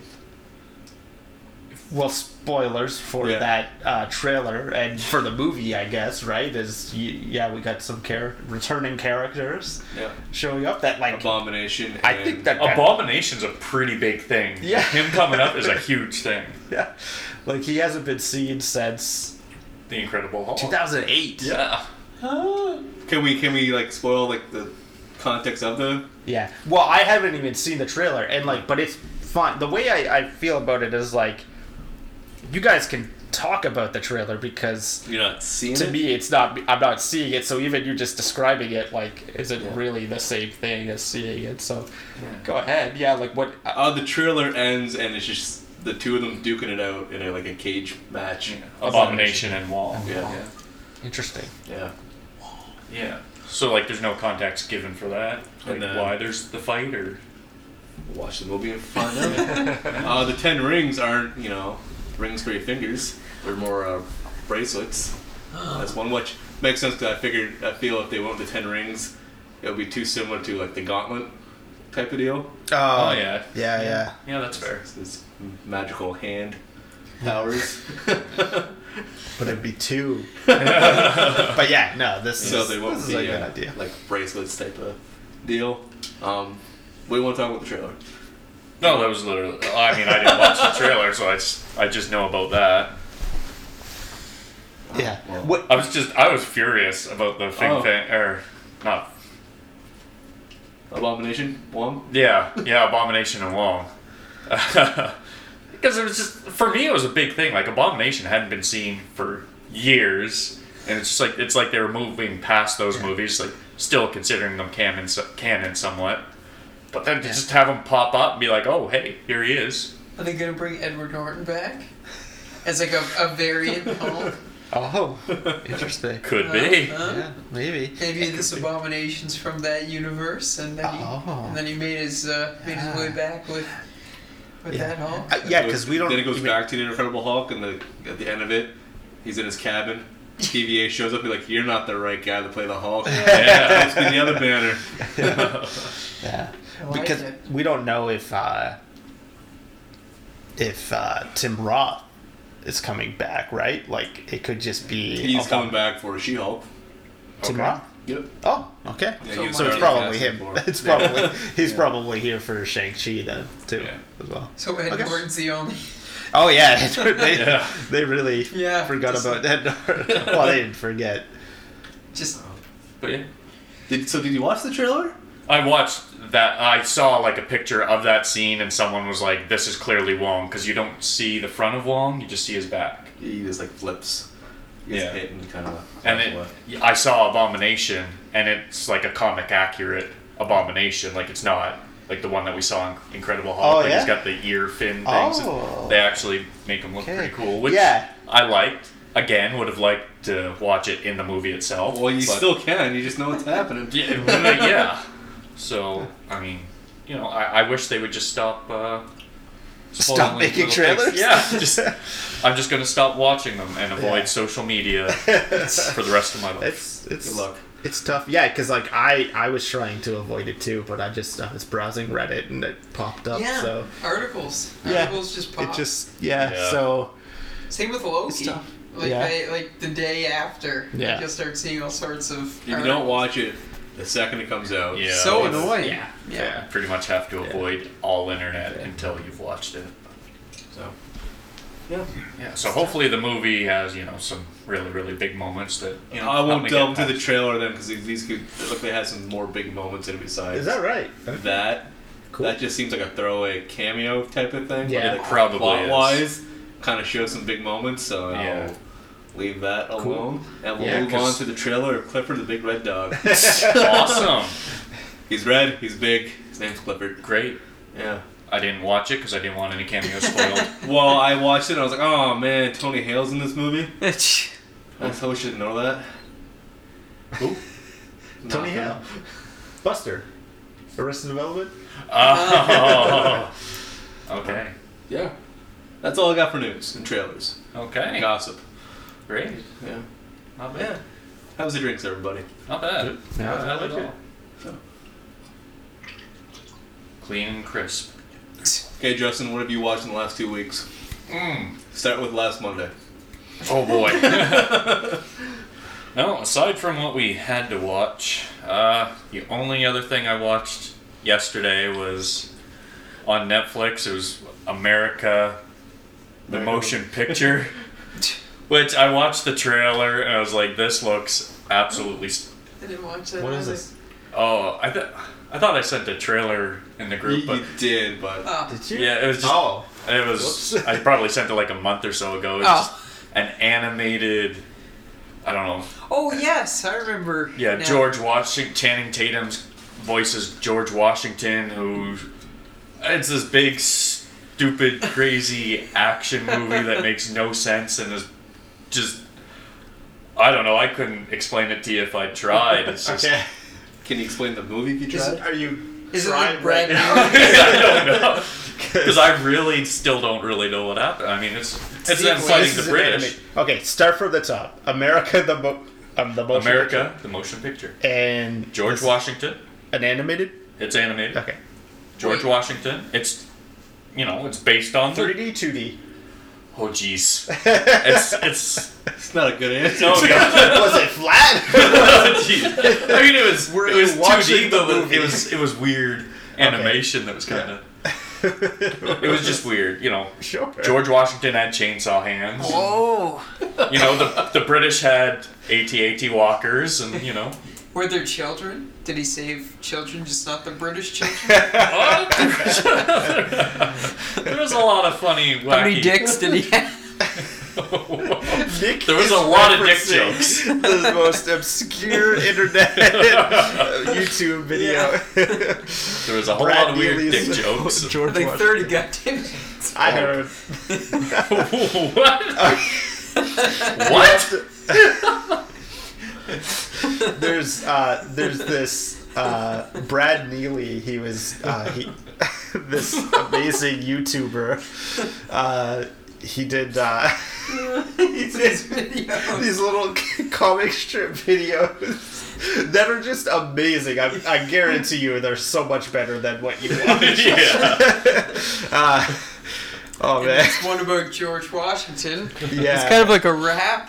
B: Well, spoilers for
A: Yeah.
B: that uh, trailer and for the movie, I guess. Right? Is y- yeah, we got some char- returning characters
A: Yeah.
B: showing up that like
A: Abomination. And
B: I think that
C: Abomination's a pretty big thing.
B: Yeah.
C: Him coming
B: [laughs]
C: up is a huge thing.
B: yeah, [laughs] like he hasn't been seen since
C: The Incredible Hulk.
B: 2008.
C: Yeah.
A: Can we can we like spoil like the context of the?
B: Yeah. Well, I haven't even seen the trailer, and like, but it's fun. The way I, I feel about it is like,
E: you guys can talk about the trailer because
A: You're not seeing
E: to
C: Mm-hmm.
A: it.
E: me it's not I'm not seeing it. So even you just describing it like isn't really the same thing as seeing it. So go ahead, yeah. Like what?
A: Uh, the trailer ends and it's just the two of them duking it out in a, like a cage match. Oh,
C: Abomination and Wall.
A: Yeah, yeah,
E: Interesting.
A: yeah.
C: Yeah. So like, there's no context given for that. Like
A: And then-
C: why there's the fight or
A: Watch the movie and find out. uh, the ten rings aren't you know rings for your fingers. They're more uh, bracelets. That's one which makes sense because I figured I feel if they went with the ten rings, it would be too similar to like the gauntlet type of deal.
B: Uh,
C: Oh, yeah.
B: Yeah, yeah.
C: Yeah, that's fair.
A: It's this magical hand [laughs] powers.
B: But it'd
A: [laughs]
B: be two. but yeah, no, this
A: so
B: is,
A: they won't
B: this
A: be
B: is a good
A: uh,
B: idea.
A: like bracelets type of deal. Um, we want to talk about the trailer.
C: No, that was literally. I mean, I didn't watch the trailer, so I just, I just know about that.
B: yeah.
A: well.
B: What,
C: I was just, I was furious about the thing,
A: Oh.
C: thing or not.
A: Abomination one.
C: Yeah, yeah, Abomination and Wong. [laughs] Because it was just for me, it was a big thing. Like Abomination hadn't been seen for years, and it's just like it's like they were moving past those movies, like still considering them canon, so- canon somewhat. But then to just have him pop up and be like, "Oh, hey, here he is."
D: Are they gonna bring Edward Norton back as like a, a
C: [laughs]
D: variant Hulk?
B: oh, interesting.
C: Could be.
D: Huh?
B: Yeah, maybe.
D: Maybe this abomination's from that universe, and then he,
B: Oh. Ah.
D: and then he made his uh, made his way back with with
B: Yeah.
D: that Hulk.
B: Uh, yeah, because we don't.
A: Then it goes
B: we-
A: back to the Incredible Hulk, and the, at the end of it, he's in his cabin. TVA shows up, he's like, "You're not the right guy to play the Hulk.
C: Yeah.
A: It's been the other
B: [laughs]
A: banner."
B: Yeah,
D: I like
B: because
D: it.
B: we don't know if uh, if uh, Tim Roth is coming back, right? Like it could just be
A: He's
B: Abom-
A: coming back for She-Hulk.
B: Tim
C: Okay.
B: Roth.
A: Yep.
B: Oh, okay.
A: Yeah, he was
B: so it's
A: already
B: probably
A: cast
B: him.
A: before.
B: [laughs]
A: [laughs]
B: It's
A: Yeah.
B: probably he's probably here for Shang Chi then too
C: Yeah.
B: as well.
D: So Ed
B: Okay.
D: Norton's the only.
B: Oh yeah, [laughs] they,
C: [laughs] Yeah.
B: they really
D: Yeah,
B: forgot
D: just-
B: about
C: [laughs]
B: that. well, they didn't forget.
D: Just
C: But yeah.
A: Did, so did you watch the trailer?
C: I watched that. I saw like a picture of that scene, and someone was like, "This is clearly Wong," because you don't see the front of Wong; you just see his back.
A: He just like flips. He gets
C: Yeah.
A: hit and kind of.
C: And it, I saw Abomination, and it's like a comic accurate Abomination. Like it's not like the one that we saw in Incredible Hulk.
B: Oh,
C: like he's
B: yeah?
C: got the ear fin things. and
B: Oh.
C: They actually make him look
B: Okay.
C: pretty cool, which
B: Yeah.
C: I liked. Again, would have liked to watch it in the movie itself.
A: well, you
C: but-
A: still can. You just know what's happening.
C: yeah, like, yeah. So I mean, you know, I, I wish they would just stop. Uh,
B: Stop
C: spoiling
B: making
C: little things.
B: trailers? [laughs]
C: Yeah, just I'm just gonna stop watching them and avoid social media for the rest of my life.
B: It's it's
A: Good luck.
B: it's tough. Yeah, because like I I was trying to avoid it too, but I just I was browsing Reddit and it popped up.
D: yeah,
B: Oh, So
D: articles.
B: Yeah,
D: Articles just pop.
B: it just yeah.
C: Yeah.
B: So
D: Same with Loki.
B: Stuff.
D: Like
B: Yeah.
D: I, like the day after,
B: Yeah.
D: you'll start seeing all sorts of.
A: If you don't watch it, the second it comes out,
C: Yeah.
D: So
C: it's-
D: annoying.
B: yeah.
D: Yeah.
C: Pretty much have to avoid all internet until you've watched it.
A: So. Yeah.
C: Yeah. So hopefully the movie has you know some really really big moments that you know.
A: I
C: help
A: won't
C: me
A: delve
C: get
A: into the
C: past-
A: trailer then because these, these could look. They had some more big moments in it besides
B: is that right? Okay,
A: that.
B: Cool.
A: That just seems like a throwaway cameo type of thing.
B: Yeah.
A: but like,
C: Probably
A: plot
C: is.
A: wise, kind of shows some big moments. So
C: Yeah.
A: I'll leave that alone, and we'll
B: Yeah,
A: move
C: 'cause-
A: on to the trailer of Clifford the Big Red
B: [laughs]
A: Dog. [laughs]
C: awesome.
A: he's red. He's big. His name's Clifford.
C: Great.
A: Yeah.
C: I didn't watch it because I didn't want
A: [laughs]
C: any cameos spoiled.
A: Well, I watched it. and I was like, oh man, Tony Hale's in this movie. I totally should know that. [laughs]
B: Who? Tony
A: Not
B: Hale, Buster, Arrested Development.
C: Oh. okay.
A: Yeah. That's all I got for news and trailers.
C: Okay.
A: Gossip.
C: Great.
A: Yeah.
C: Not bad.
A: Yeah. How's the drinks, everybody?
C: Not bad. Not bad at all.
A: So.
C: Clean and crisp.
A: Okay, Justin, what have you watched in the last two weeks?
C: Mm.
A: Start with last Monday.
C: Oh boy. no, aside from what we had to watch, uh, the only other thing I watched yesterday was on Netflix. It was America, the
A: America.
C: motion picture, which I watched the trailer and I was like, this looks absolutely. St-
D: [laughs] I didn't watch that.
B: What is
D: either.
B: this?
C: oh, I, th- I thought I sent the trailer in the
A: You, [laughs]
C: group, but
A: you did, but
D: Oh.
B: Did you?
C: yeah, it was just.
B: Oh.
C: And it was I probably sent it like a month or so ago. It's
D: Oh.
C: just an animated. I don't know.
D: Oh yes, I remember.
C: Yeah,
D: now.
C: George Washington, Channing Tatum's voices George Washington, who it's this big, stupid, crazy action movie that makes no sense and is just. I don't know. I couldn't explain it to you if I tried. It's just
B: Okay.
A: Can you explain the movie if you
B: Is
A: tried?
B: it, are you
D: Is it
B: trying
D: like Brad?
B: right now?
C: [laughs] I don't know because I really still don't really know what happened. I mean, it's it's them
D: Sequence.
C: fighting
B: This is
C: the
B: an
C: British.
B: anime. Okay, start from the top. America, the mo- um, the motion
C: America, the motion picture.
B: picture. and
C: George
B: this-
C: Washington.
B: an animated.
C: It's animated.
B: Okay,
C: George
D: Wait.
C: Washington. It's you know, it's based on the
B: 3D, 2D.
C: Oh jeez. It's it's
A: It's not a good answer.
C: no
B: [laughs] [laughs]
C: god.
B: Was it
C: [laughs]
B: flat?
C: Jeez. I mean it was
B: Oh, Were
C: it
B: you
C: was
B: watching
C: 2D,
B: the
C: but it was-
B: movie?
C: it was it was weird animation that was kind of
B: [laughs]
C: it was just weird, you know.
B: sure.
C: George Washington had chainsaw hands.
D: Oh,
C: You know, the the British had AT-AT walkers and you
D: [laughs]
C: know.
D: were there children? Did he save children, just not the British children?
C: [laughs] there was a lot of funny wacky
D: How many dicks [laughs] did he have?
B: Nick
C: There was
B: is
C: a lot of dick
B: referencing
C: jokes.
B: [laughs] The most obscure
C: [laughs]
B: internet uh, YouTube video.
C: [laughs] There was a whole
B: Brad
C: lot of weird
B: Neely's-
C: dick
B: [laughs]
C: jokes. [laughs]
B: George
D: Like
B: Washington.
D: thirty goddamn. [laughs]
B: I heard. [laughs]
C: what? what?
B: there's uh, there's this uh, Brad Neely. He was uh, he, [laughs] this amazing YouTuber. Uh, he did uh, [laughs] he did [laughs]
D: videos.
B: these little comic strip videos that are just amazing. I, I guarantee you, they're so much better than what you
C: [laughs]
B: watch.
C: [laughs] yeah.
B: uh, oh man,
D: It's one about George Washington.
B: yeah,
D: It's kind of like a rap.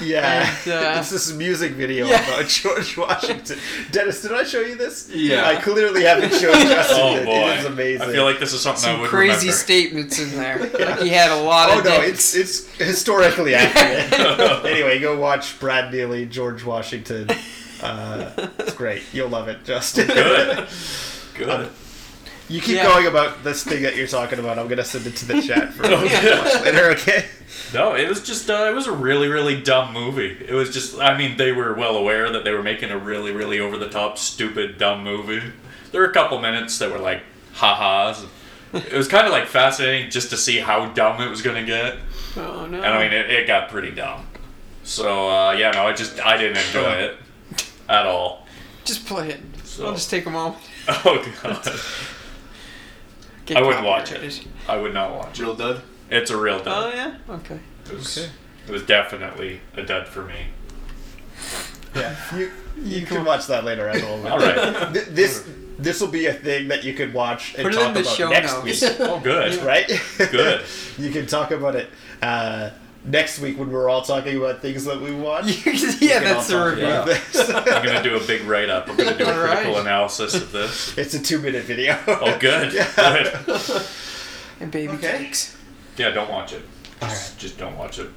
B: yeah.
D: and, uh,
B: it's this music video
D: yeah.
B: about George Washington. Dennis, did I show you this?
A: Yeah.
B: I clearly haven't shown
D: [laughs]
B: Justin.
C: Oh
B: it.
C: boy.
B: it is amazing.
C: I feel like this is something I
D: Some
C: would
D: crazy
C: remember.
D: statements in there. Like he had a lot
B: Oh
D: of.
B: no,
D: dicks.
B: it's it's historically
C: [laughs]
B: accurate. anyway, go watch Brad Neely, George Washington. Uh, it's great. You'll love it, Justin.
C: Good. Good.
B: You keep
D: Yeah.
B: going about this thing that you're talking about. I'm gonna send it to the chat
D: [laughs]
B: for [laughs]
C: [laughs]
B: watch later. Okay.
C: No, it was just uh, it was a really really dumb movie. It was just I mean they were well aware that they were making a really really over the top stupid dumb movie. There were a couple minutes that were like ha-has. It was kind of like fascinating just to see how dumb it was gonna get.
D: Oh no.
C: And I mean, it, it got pretty dumb. So uh, yeah, no, I just I didn't enjoy it at all. [laughs]
D: Just play it.
C: So-
D: I'll just take a moment.
C: Oh god,
D: Get
C: I wouldn't watch it.
D: copyrighted.
C: I would not watch it.
A: Real dud.
C: It's a real
D: Oh
C: dud.
D: yeah. Okay. [laughs]
C: It was, it was definitely a dud for me.
B: Yeah. You you can watch that later. I don't know. [laughs]
C: All right.
B: Th- This this will be a thing that you could watch and
D: Put it
B: talk
D: in the
B: about
D: show
B: next
D: notes. [laughs]
B: week.
C: Oh good.
B: right?
C: Good.
B: [laughs] you can talk about it uh, next week when we're all talking about things that we watch.
D: [laughs] yeah, that's the review.
C: about I'm
B: review.
C: gonna do a big write up. I'm gonna do a
D: All right.
C: critical analysis
B: [laughs]
C: of this.
B: it's a two-minute video.
D: [laughs]
C: Oh good.
B: Yeah.
C: Good.
D: And baby
B: Okay.
D: cakes.
C: Yeah, don't watch it. Just,
B: Alright.
C: just don't watch it.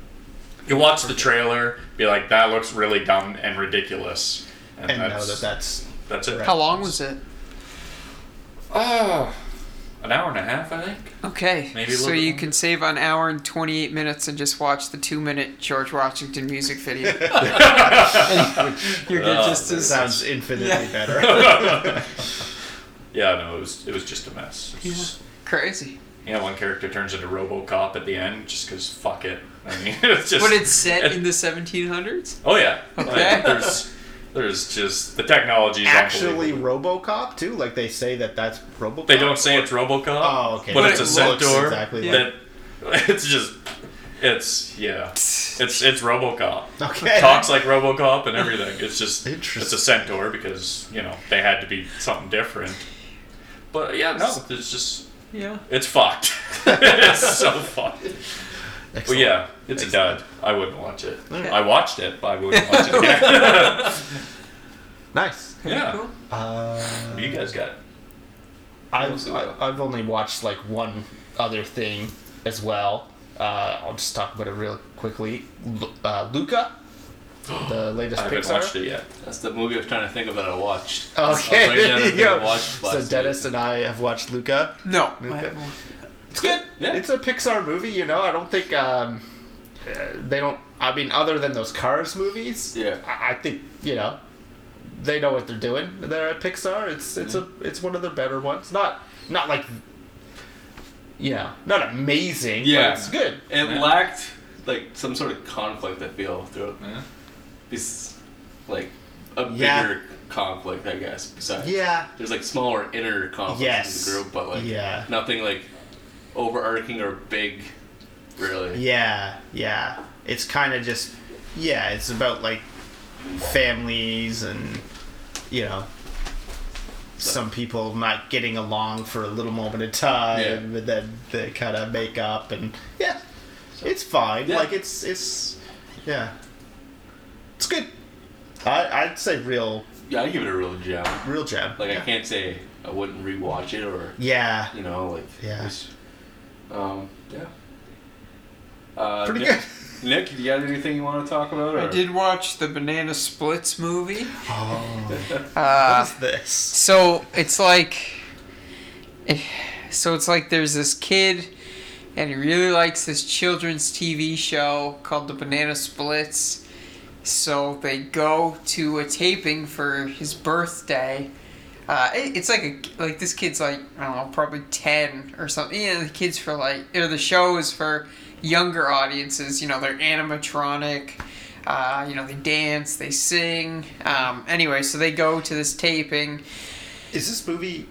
C: You watch the trailer, be like, that looks really dumb and ridiculous.
B: [laughs]
C: And,
B: And know
C: that's,
B: that that's
C: that's it.
D: How long was it?
C: Oh, an hour and a half, I
B: [laughs]
C: think. [laughs]
D: Okay.
C: Maybe a little
D: so
C: bit
D: you
C: longer.
D: can save an hour and 28 minutes and just watch the two minute George Washington music
C: [laughs]
D: video. [laughs] You're good
C: Oh,
D: just
B: it
D: as.
B: sounds infinitely
D: Yeah. [laughs]
B: better.
C: Yeah, no, it was it was just a mess. It's just-
D: Crazy.
C: yeah. one character turns into RoboCop at the end just because fuck it. I mean, [laughs] it's just.
D: But it's set in the 1700s?
C: oh yeah.
D: Okay.
C: Like, there's there's just the technology is
B: Actually,
C: unbelievable.
B: RoboCop too. Like they say that that's RoboCop.
C: They don't say it's RoboCop.
B: Oh, okay.
C: But,
B: But
C: it's
B: it
C: a
B: looks
C: centaur.
B: exactly
C: that, [laughs] it's just. It's yeah. It's it's RoboCop.
B: Okay.
C: Talks like RoboCop and everything. It's just it's a
B: Interesting.
C: centaur because you know they had to be something different. But yeah, no, it's just
D: Yeah.
C: it's fucked. [laughs] it's so
B: [laughs]
C: fucked. Well,
B: Excellent.
C: yeah, it's a dud. I wouldn't watch it.
B: Alright.
C: I watched it, but I wouldn't watch it [laughs] again.
B: [laughs] Nice.
C: yeah.
D: Cool.
B: Uh,
C: What do you guys got?
E: Uh, I've, I- I've only watched like one other thing as well. Uh, I'll just talk about it real quickly. Lu- Uh, Luca, the
C: [gasps]
E: latest
C: I haven't
E: Pixar.
C: watched it yet.
A: That's the movie I was trying to think of that I watched.
B: Okay.
A: I'll
B: [laughs]
E: [laughs]
A: write down the thing I
B: Yeah.
A: watched
B: So
A: last
B: Dennis
A: week.
B: and I have watched Luca.
D: No.
B: Okay.
D: I haven't.
B: It's good.
A: Yeah.
E: It's a Pixar movie, you know. I don't think um, uh, they don't. I mean, other than those Cars movies,
A: Yeah.
E: I, I think you know they know what they're doing. They're at Pixar. It's it's a it's one of their better ones. Not not like you know not amazing. Yeah,
A: Yeah.
E: but it's good.
A: It
C: Yeah.
A: lacked like some sort of conflict. I feel through
C: Yeah.
A: this, like a bigger
B: Yeah.
A: conflict, I guess. Besides,
B: Yeah.
A: there's like smaller inner conflicts
B: Yes.
A: in the group, but like
B: Yeah.
A: nothing like overarching or big, really.
B: Yeah, yeah. It's kind of just, yeah, it's about like families and, you know, some people not getting along for a little moment of time,
A: Yeah.
B: and then they kind of make up and yeah, it's fine.
A: Yeah.
B: Like it's it's, yeah, it's good. I I'd say real
A: Yeah, I give it a real gem.
B: real jab.
A: Like I
B: yeah.
A: can't say I wouldn't rewatch it or
B: yeah,
A: you know like
B: Yeah.
A: it's- um yeah. Uh,
B: pretty
A: Nick,
B: good.
A: Nick, do you got anything you want to talk about? Or?
D: I did watch the Banana Splits movie.
C: Oh.
D: Uh,
B: What is this?
D: So it's like, eh, so it's like there's this kid, and he really likes this children's TV show called The Banana Splits. So they go to a taping for his birthday. Uh, it- it's like a like this kid's like I don't know probably ten or something. You know, the kids for like or the show is for younger audiences. You know they're animatronic. Uh, you know they dance, they sing. Um, anyway, so they go to this taping.
B: Is this movie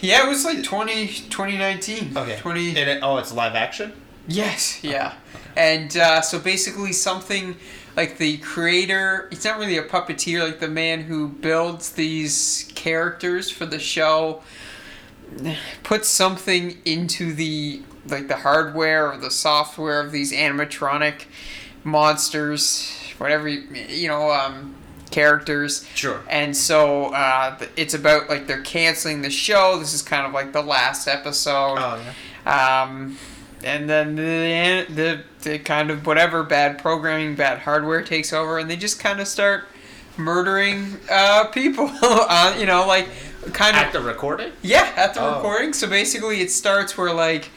D: Yeah, it was like 20, 2019.
B: okay?
D: 20,
B: And it, oh, it's live action.
D: Yes, yeah. And uh, so basically, something like the creator, it's not really a puppeteer, like the man who builds these characters for the show, puts something into the like the hardware or the software of these animatronic monsters, whatever you, you know, um, characters.
B: Sure.
D: And so uh, th- it's about like they're canceling the show. This is kind of like the last episode.
B: Oh yeah.
D: Um, and then the, the the kind of whatever bad programming, bad hardware takes over, and they just kind of start murdering uh, people. [laughs] uh, you know, like kind of
E: At the recording,
D: yeah, at the
B: Oh.
D: recording. So basically, it starts where like,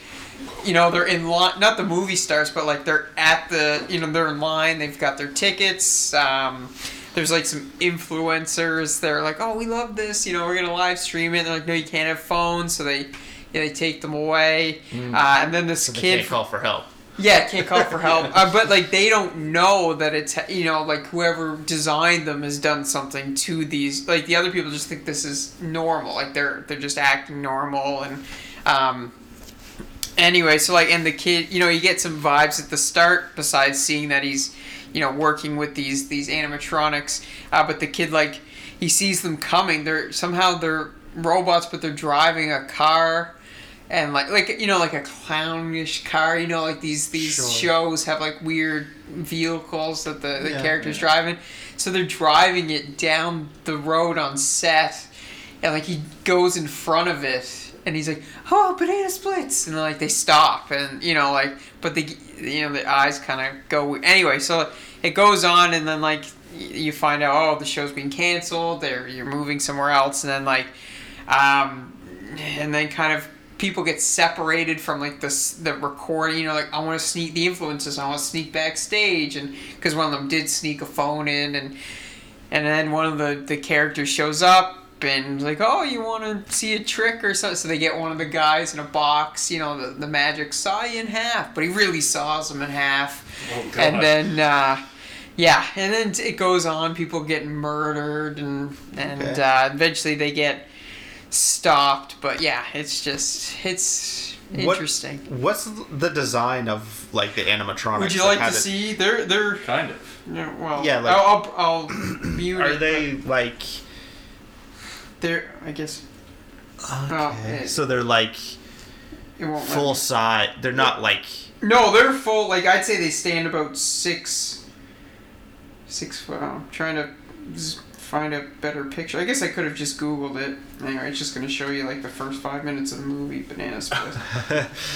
D: you know, they're in line. Not the movie starts, but like they're at the, you know, they're in line. They've got their tickets. Um, there's like some influencers. They're like, oh, we love this. You know, we're gonna live stream it. And they're like, no, you can't have phones. So they, yeah, they take them away. Uh, and then this
E: they
D: kid
E: can't call for help.
D: yeah, can't call for help. [laughs] Uh, but like they don't know that it's you know like whoever designed them has done something to these. Like the other people just think this is normal. Like they're they're just acting normal and. Um, anyway, so like, and the kid, you know, you get some vibes at the start. Besides seeing that he's, you know, working with these these animatronics, uh, but the kid like he sees them coming. They're somehow they're robots, but they're driving a car, and like like you know like a clownish car. You know, like these these
B: Sure.
D: shows have like weird vehicles that the the
B: Yeah,
D: characters driving. So they're driving it down the road on set and like he goes in front of it and he's like oh banana splits and like they stop and you know like but the you know the eyes kind of go anyway so it goes on and then like y- you find out oh the show's being canceled or you're moving somewhere else and then like um and then kind of people get separated from like this the recording you know like i want to sneak the influences i want to sneak backstage and because one of them did sneak a phone in and and then one of the, the characters shows up and like, oh, you want to see a trick or something? So they get one of the guys in a box, you know, the, the magic saw you in half, but he really saws him in half. and then, uh, yeah, and then t- it goes on. People get murdered, and and
B: Okay.
D: uh, eventually they get stopped. But yeah, it's just it's
B: What-
D: interesting.
B: What's the design of like the animatronics?
D: Would you
B: and
D: like
B: how
D: to
B: did-
D: see? They're they're
C: Kind of.
D: yeah, well.
B: Yeah, like-
D: I'll
B: [clears throat]
D: I'll, I'll mute
B: Are
D: it,
B: they like?
D: but They're I guess
B: Okay.
D: it-
B: So they're like
D: it won't let me-
B: full size. They're not like.
D: No, they're full. Like I'd say they stand about six, six foot. I'm trying to z- find a better picture. I guess I could have just Googled it. Anyway, it's just gonna show you like the first five minutes of the movie
B: [laughs]
D: Banana Split.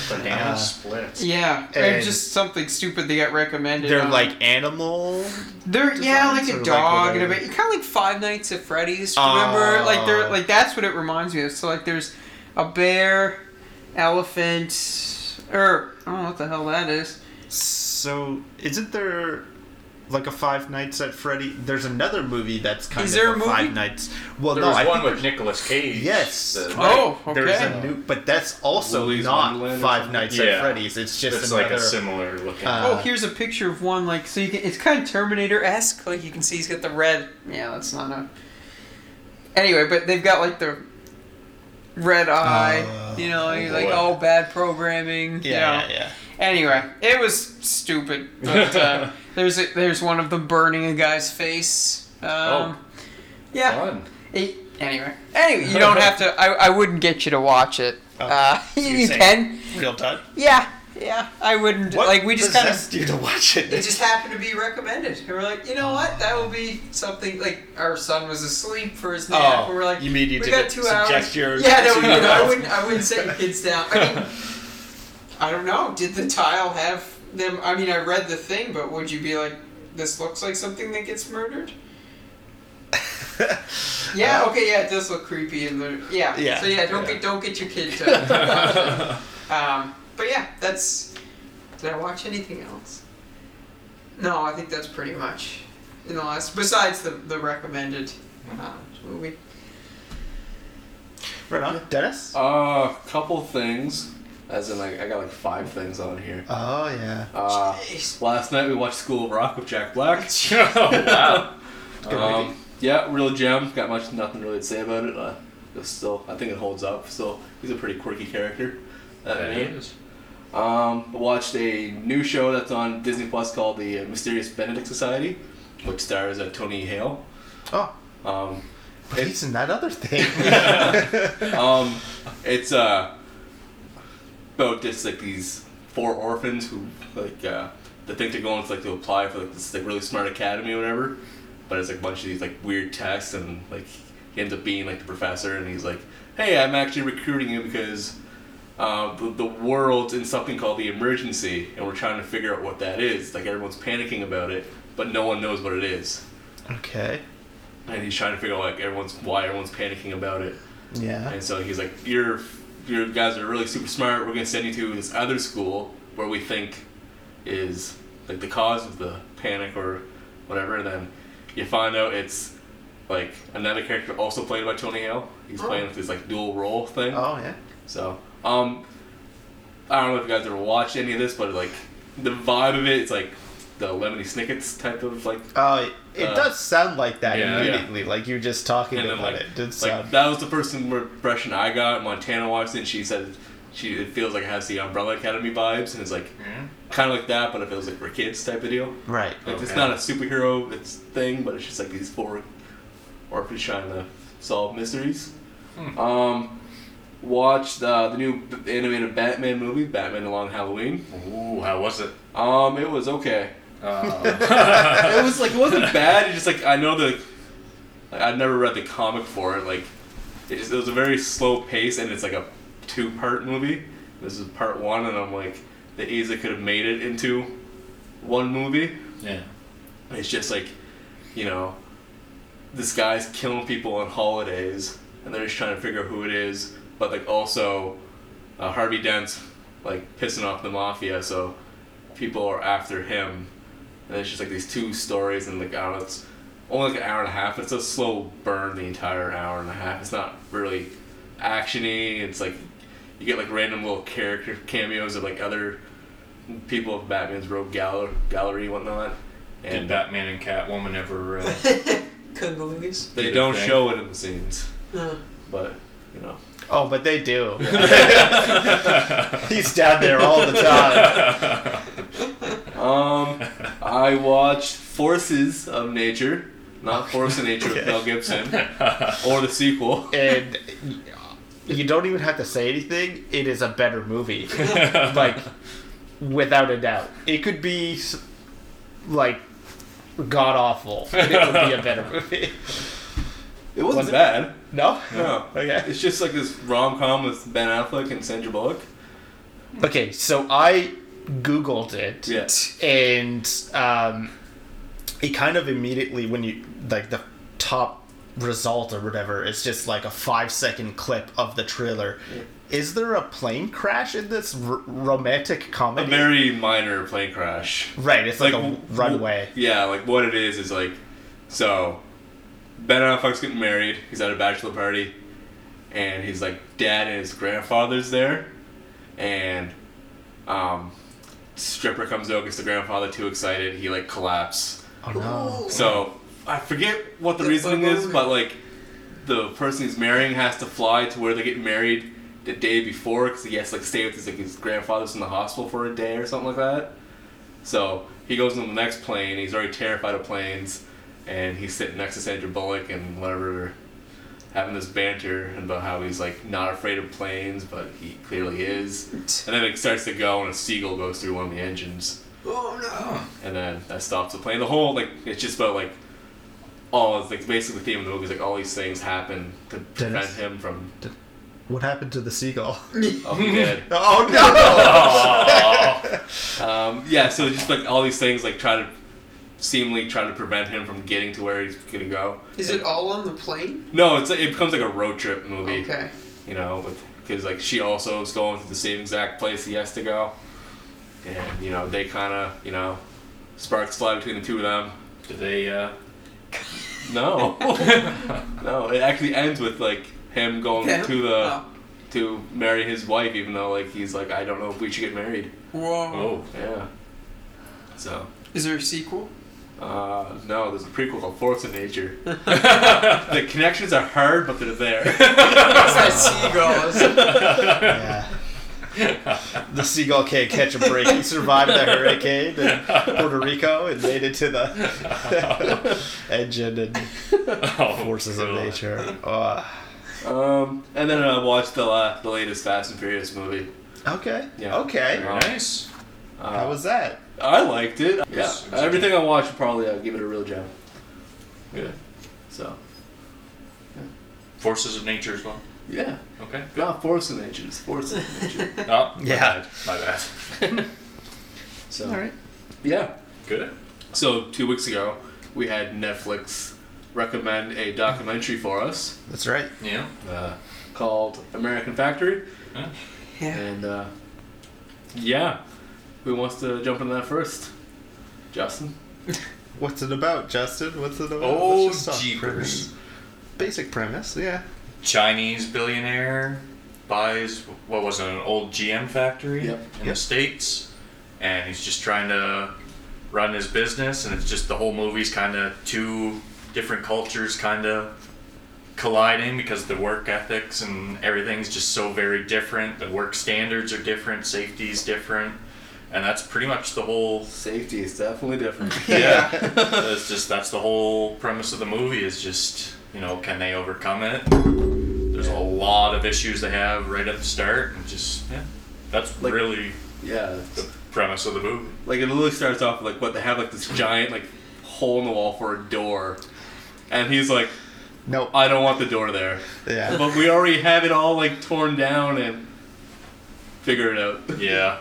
C: Banana
B: Uh,
C: splits.
D: yeah, or
B: And-
D: just something stupid they got recommended.
B: They're
D: on.
B: like animal.
D: they're yeah, like
B: designs
D: a
B: or, like,
D: dog and a
B: whatever.
D: bit. Kind of like Five Nights at Freddy's. Remember, like they're
B: Oh.
D: like that's what it reminds me of. So like there's a bear, elephant. Or, I don't know what the hell that is.
B: So, isn't there like a Five Nights at Freddy? There's another movie that's kind
D: Is
B: of
D: there a movie?
B: Five Nights. Well,
C: There
B: no,
C: was
B: I
C: one
B: think
C: with Nicolas
B: [laughs]
C: Cage.
B: Yes.
C: that-
D: Oh,
B: there's
D: okay.
B: a new, but that's also
A: Willy's
B: not
A: Wonderland or
B: Five
A: something?
B: Nights
C: Yeah.
B: at Freddy's. It's just
C: It's
B: another.
C: like a similar looking. [laughs]
B: Uh,
D: oh, here's a picture of one, like, so you can, it's kind of Terminator esque. Like, you can see he's got the red. Yeah, that's not a. Anyway, but they've got, like, the red eye,
B: Oh.
D: you know,
C: Oh,
D: like,
C: boy.
D: oh, bad programming. you know.
B: yeah, yeah, yeah.
D: Anyway, it was stupid.
C: [laughs]
D: But, uh, there's a, there's one of them burning a guy's face. Um,
C: Oh.
D: yeah.
C: fun.
D: It- anyway, anyway, you don't have to. I, I wouldn't get you to watch it. uh, [laughs] you,
B: Oh. you're saying-
D: can.
B: Real time.
D: Yeah, yeah. I wouldn't.
B: What
D: like we just kind of.
B: possessed you to watch it?
D: It just happened to be recommended. And we're like, you know what? That will be something. Like our son was asleep for his nap.
B: Oh,
D: and we're like,
B: you mean you
D: we
B: didn't
D: got two
B: subject
D: hours.
B: your
D: yeah, no, you
B: two-year-old?
D: know, I wouldn't. I wouldn't set your kids down. I mean, I don't know. Did the tile have them? I mean, I read the thing, but would you be like, this looks like something that gets
B: [laughs]
D: murdered? Yeah. Okay. Yeah, it does look creepy in the. Yeah.
B: Uh, Yeah,
D: So yeah, don't
B: yeah.
D: get don't get your kid to.
B: [laughs]
D: [laughs] um, but yeah, that's. Did I watch anything else? No, I think that's pretty much in the last. Besides the the recommended uh, movie.
B: Right on, Dennis.
A: Uh, couple things. As in, like, I got like five things on here.
B: Oh yeah.
A: Uh,
D: Jeez.
A: last night we watched School of Rock with Jack Black.
C: oh, [laughs] wow.
A: Um, yeah, real gem. Got much nothing really to say about it. Uh, it's still, I think it holds up. Still, he's a pretty quirky character. That
C: That
A: man.
C: is.
A: Um, I watched a new show that's on Disney Plus called The Mysterious Benedict Society, which stars uh, Tony Hale.
B: Oh,
A: Um,
B: but he's in that
A: [laughs]
B: other thing.
A: um, it's uh, about just like these four orphans who like uh, they think they're going to like to apply for like this like really smart academy or whatever, but it's like a bunch of these like weird tests and like he ends up being like the professor and he's like, hey, I'm actually recruiting you because. Uh, the, the world's in something called the emergency, and we're trying to figure out what that is. Like everyone's panicking about it, but no one knows what it is,
B: okay.
A: and he's trying to figure out like everyone's why everyone's panicking about it.
B: Yeah.
A: And so he's like, "You're, you guys are really super smart. We're gonna send you to this other school where we think is like the cause of the panic or whatever." And then you find out it's like another character also played by Tony Hale. He's playing with this like dual role thing.
B: Oh yeah.
A: So, um, I don't know if you guys ever watched any of this, but like the vibe of it, it's like the Lemony Snicket's type of like
B: Oh, it- it
A: Uh,
B: does sound like that
C: yeah.
B: immediately. Like you were just talking
A: and then
B: about
A: like,
B: it. It did
A: like
B: sound.
A: that was the first impression I got. Montana watched it. And she said she it feels like it has the Umbrella Academy vibes, and it's like
C: Yeah.
A: kind of like that, but it feels like for kids type of deal.
B: right.
A: Like it's
C: Okay.
A: not a superhero it's thing, but it's just like these four orphans trying to solve mysteries.
C: Hmm.
A: Um, watched uh, the new b- animated Batman movie, Batman Along Halloween.
C: Ooh, how was it?
A: Um, it was okay.
C: Uh,
A: [laughs] it was like it wasn't bad. It's just like I know the, like, I'd never read the comic for it. Like, it, just, it was a very slow pace, and it's like a two part movie. This is part one, and I'm like, the easily could have made it into one movie.
C: yeah.
A: It's just like, you know, this guy's killing people on holidays, and they're just trying to figure out who it is. But like also, uh, Harvey Dent's like pissing off the mafia, so people are after him. And it's just like these two stories, and like I don't know, it's only like an hour and a half. It's a slow burn the entire hour and a half. It's not really actiony. It's like you get like random little character cameos of like other people of Batman's Rogue Galler- Gallery, and whatnot.
C: Did
A: And
C: Batman and Catwoman ever? Uh,
B: [laughs]
D: Kundalugas.
A: they
C: Good
A: don't
C: thing.
A: show it in the scenes,
D: Uh,
A: but you know.
B: Oh, but they
A: [laughs]
B: do. [laughs] He's down there all the time.
A: Um, I watched Forces of Nature, not Force of Nature with Mel Gibson, or the [laughs] sequel.
B: And you don't even have to say anything. It is a better movie, [laughs] like without a doubt. It could be s- like god awful. and It would be a better movie.
A: It wasn't
B: Was it?
A: bad.
B: No.
A: [laughs] No.
B: Okay.
A: It's just like this rom com with Ben Affleck and Sandra Bullock.
B: Okay. So I googled it.
A: Yeah.
B: and um, it kind of immediately when you like the top
E: result or whatever. It's just like a five second clip of the trailer. Is there a plane crash in this r- romantic
A: A
E: comedy?
A: very minor plane crash.
E: right, it's like, a
A: w- w-
E: runway.
A: yeah, like what it is is like, so Ben Affleck's getting married. He's at a bachelor party, and he's like dad and his grandfather's there, and um, stripper comes over. Gets the grandfather too excited. He like collapse.
D: Oh,
A: So I forget what the
D: The
A: reasoning
D: bugger.
A: is, but like the person he's marrying has to fly to where they get married the day before because he has to like stay with his like his grandfather's in the hospital for a day or something like that. So he goes on the next plane. He's already terrified of planes, and he's sitting next to Sandra Bullock and whatever, having this banter about how he's like not afraid of planes, but he clearly
D: [laughs]
A: is. And then it starts to go, and a seagull goes through one of the engines
D: oh
A: and then that stops the plane. The whole like it's just about like all it's like basically the theme of the movie is like all these things happen to prevent
E: Dennis.
A: him from
E: What happened to the seagull?
A: oh he
D: [laughs]
A: did.
E: [laughs] Oh no!
A: Um, yeah, so just like all these things like try to seemingly try to prevent him from getting to where he's gonna go.
D: no! Is it all on the plane?
A: No, it's it becomes like a road trip movie.
D: Okay.
A: You know, with because like she also is going to the same exact place he has to go, and you know they kind of you know sparks fly between the two of them.
C: Do they? Uh,
E: [laughs]
A: No, [laughs] no. It actually ends with like him going
D: Yeah.
A: to the
D: Oh.
A: to marry his wife, even though like he's like, I don't know if we should get married.
D: Whoa.
C: oh,
A: Yeah. So,
D: Is there
C: [laughs]
D: a sequel?
A: uh, no, there's a prequel called Force of Nature. [laughs] the connections are hard, but they're there. [laughs]
D: It's that seagull.
E: yeah. The seagull can't catch a break. He survived that hurricane in Puerto Rico and made it to the [laughs] engine and
C: oh,
E: forces of
C: God.
E: nature. Uh,
A: um, and then I watched the la- the latest Fast and Furious movie.
E: okay.
A: Yeah.
E: Okay.
A: Yeah.
C: Very nice.
A: Uh,
E: How was that?
A: I liked it. Yeah,
C: Yes, exactly.
A: everything I watched, probably I'd give it a real gem. Yeah. So.
C: Forces of nature as well.
A: Yeah.
C: Okay.
A: Not Force of Nature. It's Force of Nature. [laughs]
E: [laughs]
C: Oh,
E: Yeah.
C: My bad.
A: So. All right. Yeah.
C: Good.
A: So two weeks ago, we had Netflix recommend a documentary for us
E: That's right.
C: Yeah.
A: uh, called American Factory,
D: Yeah.
A: and uh, yeah, who wants to jump into that first? Justin.
E: What's it about, Justin? What's it about?
C: Oh,
E: Let's just talk
C: jeepers.
E: premise. Basic premise, yeah.
C: Chinese billionaire buys what was it, an old GM factory
A: Yep.
C: in the
E: Yep.
C: states, and he's just trying to run his business, and it's just the whole movie's kind of two different cultures kind of colliding because the work ethics and everything's just so very different. The work standards are different, safety's different, and that's pretty much the whole
A: Safety is definitely [laughs] different.
C: yeah [laughs] it's just that's the whole premise of the movie is just you know can they overcome it there's a lot of issues they have right at the start and just yeah that's
A: Like-
C: really
A: yeah.
C: the premise of the movie
A: Like it literally starts off with, like what they have like this giant like hole in the wall for a door, and he's like,
E: Nope.
A: I don't want the door there, [laughs]
E: Yeah.
A: but we already have it all like torn down and figure it out.
C: yeah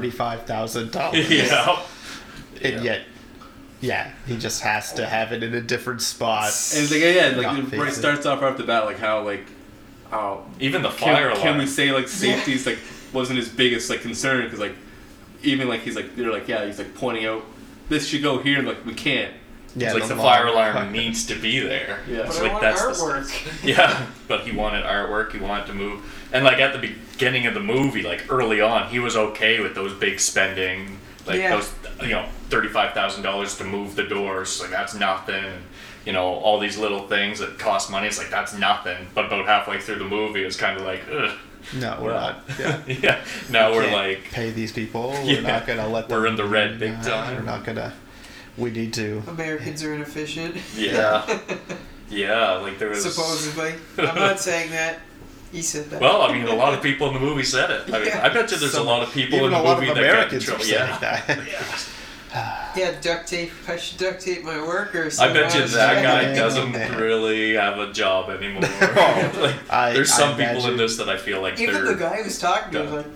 B: [laughs]
E: $35,000.
C: yeah
E: And yet, yeah, he just has to have it in a different spot.
A: And it's like, yeah,
E: Not
A: like it
E: facing.
A: starts off right off the bat, like how like, oh,
C: even the fire
A: can,
C: alarm
A: can we say
C: [laughs]
A: like safety's like wasn't his biggest like concern because like even like he's like they're like yeah he's like pointing out this should go here and like we can't
E: Yeah,
C: it's like the
E: law-
C: fire alarm needs to be there
A: Yeah.
C: It's
A: But
D: But I
C: like
D: want
C: that's the [laughs]
D: artwork.
C: Yeah, but he wanted artwork. He wanted to move, and like at the beginning of the movie, like early on, he was okay with those big spending, like
D: Yeah.
C: those, you know, thirty-five thousand dollars to move the doors. Like that's nothing. You know, all these little things that cost money. It's like that's nothing. But about halfway through the movie, it's kind of like, Ugh,
E: [laughs] No, we're not. Yeah.
C: [laughs] yeah. Now we're
E: Can't
C: like,
E: pay these people.
C: Yeah.
E: We're not gonna let them.
C: we're in the red big
E: Nah, We're
C: time.
E: not gonna. We need to.
D: [laughs] Americans are
C: [laughs]
D: inefficient, [laughs]
C: Yeah, yeah. Like there was
D: supposedly.
C: [laughs]
D: I'm not saying that. He said that.
C: Well, I mean, a lot of people in the movie said it. I mean,
D: Yeah.
C: I bet you there's a lot of people
E: Even
C: in
E: a
C: the
E: lot
C: movie
E: of
C: that got in
E: Americans are
C: trouble.
E: saying
C: [laughs] Yeah.
E: that.
D: yeah, duct tape. I should duct tape my workers.
C: I bet you that guy
E: Yeah.
C: doesn't
E: Yeah.
C: really have a job anymore. [laughs] like,
E: I-
C: there's
E: I
C: some people in
E: imagine-
C: this that I feel like
D: [laughs] Even
C: they're.
D: the guy who's talking to me was like,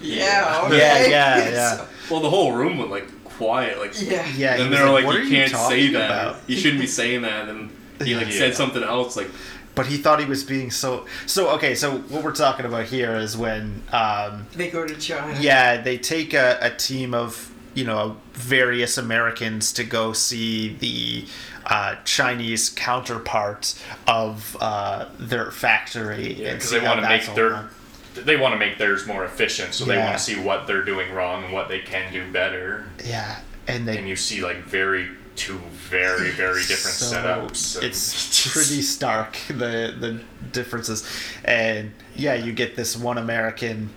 D: yeah,
C: Yeah.
D: okay.
E: [laughs]
D: [laughs]
E: Yeah, yeah, yeah.
A: well the whole room went like quiet like
D: So- yeah.
E: Yeah.
A: and
E: he
A: then
E: was
A: they're like,
E: "What are
A: you can't say
E: talking
A: that
E: about?"
A: you shouldn't be saying that and He like
C: Yeah.
A: said something else like
B: But he thought he was being so so okay. So what we're talking about here is when um,
D: They go to China.
B: yeah they take a, a team of you know various Americans to go see the uh, Chinese counterpart of uh, their factory and
C: because
B: see
C: they
B: how
C: want to
B: that's
C: make
B: all
C: their
B: done.
C: they want to make theirs more efficient, so they
B: Yeah.
C: want to see what they're doing wrong and what they can do better.
B: yeah and they
C: And you see like very two very very different
B: So,
C: setups. and [laughs]
B: It's pretty stark the the differences, and yeah, you get this one American.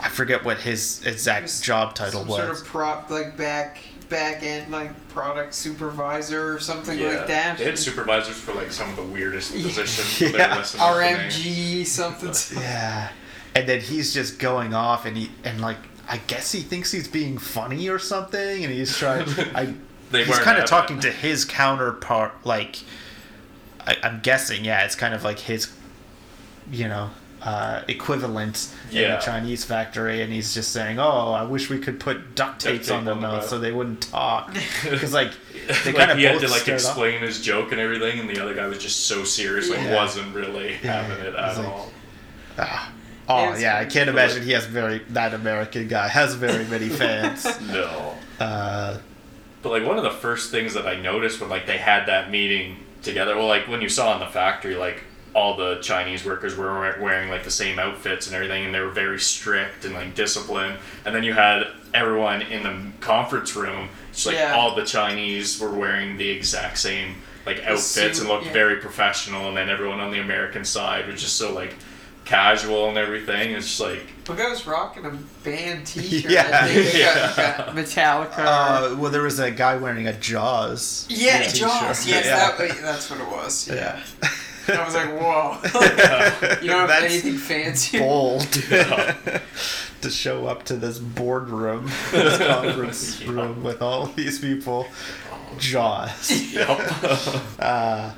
B: I forget what his exact
D: Just
B: job title
D: Some
B: was.
D: sort of prop, like back back end, like product supervisor or something
C: yeah.
D: like that.
C: They had supervisors for like some of the weirdest
D: Yeah.
C: positions.
B: Yeah.
C: but they're listening to me.
D: RMG
C: [laughs]
D: something. [laughs]
B: yeah, and then he's just going off, and he and like I guess he thinks he's being funny or something, and he's trying. I
C: [laughs] They
B: he's
C: weren't
B: kind
C: having
B: of talking
C: it.
B: to his counterpart, like I, I'm guessing. Yeah, it's kind of like his, you know, uh, equivalent in
C: Yeah.
B: the Chinese factory, and he's just saying, "Oh, I wish we could put duct tapes
C: tape
B: on their
C: on the
B: mouth
C: mouth."
B: so they wouldn't
C: [laughs]
B: talk," because like they
C: like
B: kind of
C: he
B: both
C: had to like
B: stared up.
C: explain his joke and everything, and the other guy was just so serious, like
B: Yeah.
C: wasn't really
B: Yeah,
C: having it
B: yeah. He's
C: at
B: like-
C: all.
B: Oh
D: It's
B: yeah, I can't
C: [laughs] really-
B: imagine he has very that American guy has very
C: [laughs]
B: many fans.
C: No.
B: uh,
C: But like one of the first things that I noticed when like they had that meeting together, well, like when you saw in the factory, like all the Chinese workers were we- wearing like the same outfits and everything, and they were very strict and like disciplined. And then you had everyone in the conference room, just like
D: Yeah.
C: all the Chinese were wearing the exact same like outfits
D: suit,
C: and looked
D: yeah.
C: very professional. And then everyone on the American side was just so like casual and everything. It's just like
D: The guy was rocking a
B: [laughs]
D: band T-shirt.
B: Yeah.
D: I think he
C: Yeah.
D: got, got Metallica.
B: uh, well, there was a guy wearing a Jaws.
D: yeah,
B: t-shirt.
D: Jaws. Yes,
B: Yeah.
D: That, that's what it was. Yeah.
B: Yeah.
D: And I
B: [laughs]
D: was like,
C: Uh,
D: whoa. you don't have
B: That's
D: anything fancy.
B: bold
C: [laughs]
B: [laughs] to show up to this boardroom, [laughs] this
C: [laughs]
B: conference room with all these people. Jaws.
C: yep.
B: Uh,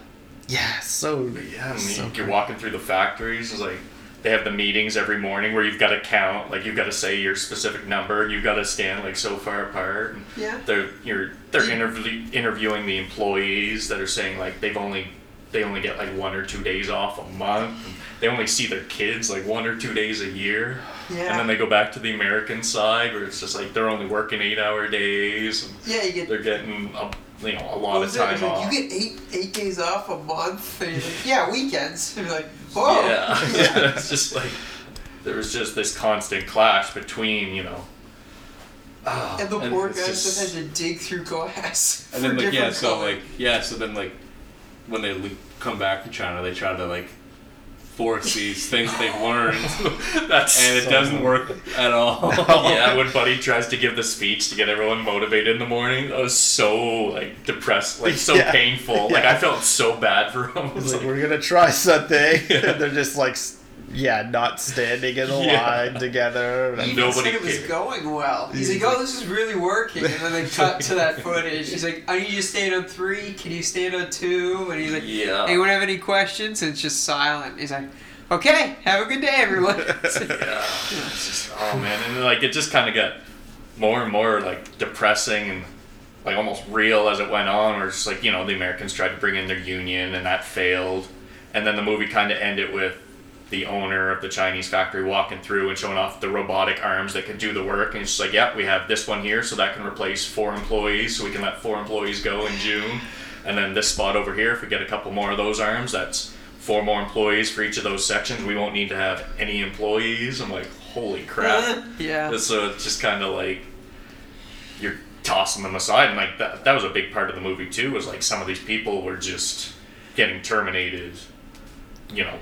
B: yeah, so.
C: Yeah, I mean,
B: so
C: you're walking through the factories. It's like they have the meetings every morning where you've got to count, like you've got to say your specific number, you've got to stand like so far apart. And
D: Yeah.
C: They're you're they're intervie- interviewing the employees that are saying like they've only they only get like one or two days off a month. And they only see their kids like one or two days a year.
D: Yeah.
C: And then they go back to the American side where it's just like they're only working eight hour days. And
D: yeah, you get.
C: they're getting a, you know a
D: what
C: lot of
D: was it? It was
C: time
D: like,
C: off.
D: You get eight eight days off a month. And you're like, yeah, weekends. And you're like, whoa. [laughs]
C: Yeah. [laughs] it's just like there was just this constant clash between, you know. [laughs] ah,
D: And the poor
C: it's
D: guys
C: just-
D: just had to dig through glass.
A: and then
D: for
A: like yeah
D: different
A: so
D: colors.
A: like yeah so then like when they le- come back from China they try to like force these things they've learned
C: that's
A: and it
C: so-
A: doesn't work at all.
C: [laughs] yeah, when Buddy tries to give the speech to get everyone motivated in the morning, that was so like depressed, like so
B: Yeah.
C: painful. Like
B: Yeah.
C: I felt so bad for him. [laughs] It's
B: It's like,
C: like,
B: we're gonna try something.
C: [laughs]
B: And [laughs] they're just like, s- yeah, not standing in a
C: Yeah.
B: line together.
C: [laughs]
D: He
B: And,
D: even
C: Nobody
D: said it was
C: cared.
D: going well. He's,
B: He's
D: like,
B: like-
D: "Oh, this is really working." And [laughs] then they cut to that footage. He's like, "I need you to stand on three. Can you stand on two? And he's like,
C: Yeah.
D: "Anyone have any questions?" And it's just silent. He's like, "Okay, have a good day,
C: [laughs]
D: everyone."
C: yeah. It's just, oh man, and like it just kind of got more and more like depressing and like almost real as it went on. Where it's just like you know the Americans tried to bring in their union and that failed, and then the movie kind of ended with the owner of the Chinese factory walking through and showing off the robotic arms that could do the work, and it's just like, yeah, we have this one here, so that can replace four employees, so we can let four employees go in June, and then this spot over here, if we get a couple more of those arms, that's four more employees for each of those sections. We won't need to have any employees. I'm like, holy
D: [laughs]
C: crap.
D: [laughs] yeah.
C: And so it's just kind of like you're tossing them aside, and like that, that was a big part of the movie too. Was like some of these people were just getting terminated. You know,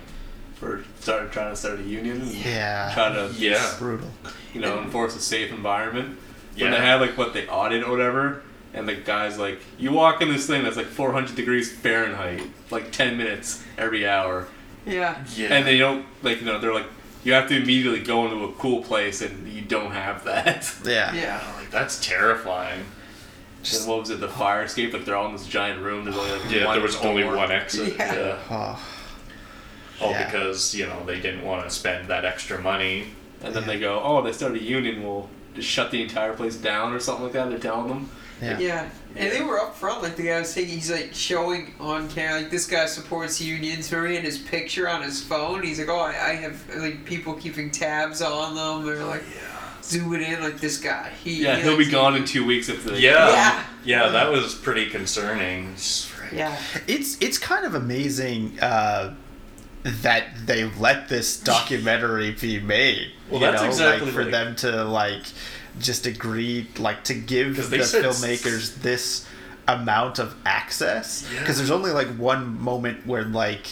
A: For start trying to start a union, and
B: yeah.
A: try to
C: yeah,
B: Brutal.
A: you know enforce a safe environment. When they
C: Yeah.
A: have like what they audit or whatever, and the guy's like, you walk in this thing that's like 400 degrees Fahrenheit, like 10 minutes every hour,
D: Yeah.
C: yeah,
A: and they don't like you know they're like you have to immediately go into a cool place and you don't have that.
B: Yeah.
D: Yeah.
C: like that's terrifying.
A: And what was it, the fire escape? Like they're all in this giant room. There's only like
C: Yeah,
A: one
C: there was only
A: door.
C: one exit.
D: Yeah.
C: Yeah.
B: Oh,
C: all
B: Yeah.
C: because you know they didn't want to spend that extra money.
A: And then they go, oh, they started a union. We'll just shut the entire place down or something like that. They're telling them.
B: Yeah.
D: Yeah, and they were up front. Like the guy was taking, he's like showing on camera. Like this guy supports unions for me, and his picture on his phone. He's like, oh, I, I have like people keeping tabs on them.
B: Oh,
D: They're like zooming in, like this guy. He
A: Yeah,
D: he
A: he'll
D: likes
A: be gone in
D: unions.
A: two weeks if the
C: Yeah.
D: Yeah.
C: yeah. that was pretty concerning. Just frick.
D: Yeah,
B: It's it's kind of amazing uh, that they let this
C: [laughs]
B: documentary be made.
C: Well,
B: you
C: that's
B: know,
C: exactly
B: like for
C: what-
B: them to like just agree like to give
C: 'Cause
B: the
C: they said-
B: filmmakers this amount of access because there's only like one moment where like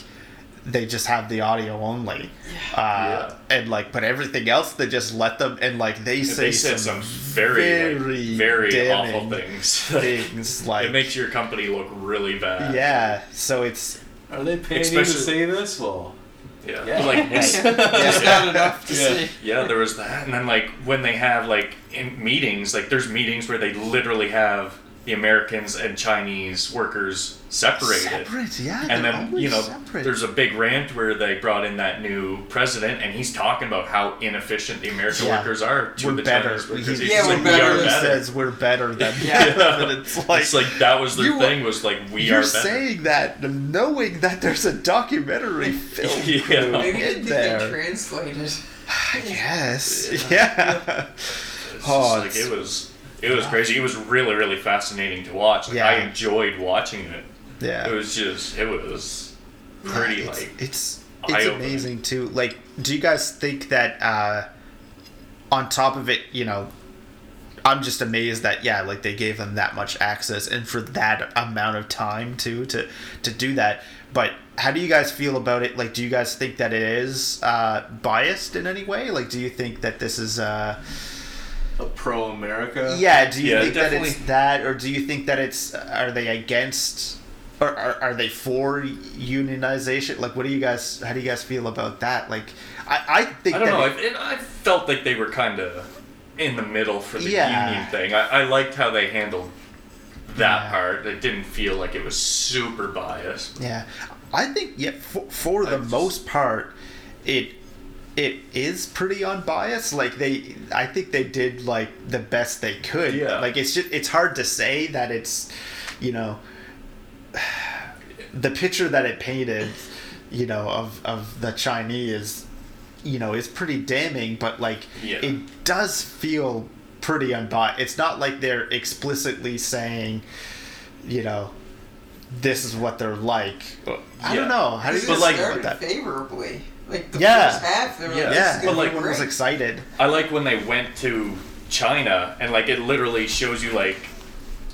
B: they just have the audio only uh, and like but everything else they just let them and like they
C: And
B: say
C: they said
B: some
C: some, very,
B: very
C: like, very
B: damning
C: awful things.
B: things like
C: [laughs] it makes your company look really bad.
B: yeah so it's
A: Are they paying you to
C: Especially-
A: say this? Well,
C: yeah.
A: Yeah.
B: [laughs]
C: Like, it's-
D: that's not enough to
A: [laughs] Yeah.
D: see.
C: Yeah, there was that, and then like when they have like in meetings, like there's meetings where they literally have the Americans and Chinese workers separated.
B: separate yeah
C: And
B: they're
C: then
B: always
C: you know,
B: separate.
C: there's a big rant where they brought in that new president, and he's talking about how inefficient the American
B: Yeah.
C: workers are to
B: we're
C: the
B: better.
C: Chinese workers.
B: He-
C: He's
D: Yeah,
C: just
D: we're
C: like,
D: better.
C: We
B: He
C: are
B: [laughs]
C: better.
B: says we're better
C: [laughs]
B: than
D: Yeah.
B: them, and it's like,
C: it's like that was their
B: You-
C: thing was like we
B: you're
C: are better.
B: saying that knowing that there's a
C: [laughs]
B: documentary film
C: Yeah.
B: crew
D: Maybe they
B: in
D: think they
B: there.
D: translated.
B: Yes, [laughs] yeah.
C: It's
B: Oh, it's-
C: just, like it was, it was crazy. It was really, really fascinating to watch. Like,
B: Yeah.
C: I enjoyed watching it.
B: yeah.
C: It was just, it was pretty
B: it's,
C: like
B: it's it's
C: eye-opening.
B: amazing too. Like, do you guys think that uh, on top of it, you know, I'm just amazed that yeah, like they gave them that much access and for that amount of time too to to do that. But how do you guys feel about it? Like, do you guys think that it is uh, biased in any way? Like, do you think that this is uh,
A: a pro America.
B: yeah? Do you
C: Yeah,
B: think that it's
C: definitely.
B: that, or do you think that it's are they against? Or are, are they for unionization? Like, what do you guys? How do you guys feel about that? Like, I, I think
C: I don't
B: that
C: know.
B: it-
C: I, it, I felt like they were kind of in the middle for the
B: Yeah.
C: union thing. I, I liked how they handled that
B: Yeah.
C: part. It didn't feel like it was super biased.
B: Yeah, I think yeah for, for the
C: I just-
B: most part, it it is pretty unbiased. Like they, I think they did like the best they could.
C: Yeah.
B: Like it's just it's hard to say that it's, you know, [sighs] the picture that it painted, you know, of of the Chinese, you know, is pretty damning. But like
C: Yeah.
B: it does feel pretty unbiased. It's not like they're explicitly saying, you know. This is what they're like. I
C: Yeah.
B: don't know. How do you
D: It
B: guys like
D: started
B: about that?
D: favorably. Like the
B: Yeah.
D: first half, they were
C: Yeah.
D: like, this
B: Yeah,
D: is gonna
C: But,
D: be
C: like,
B: everyone was
D: great.
B: excited.
C: I like when they went to China and like it literally shows you like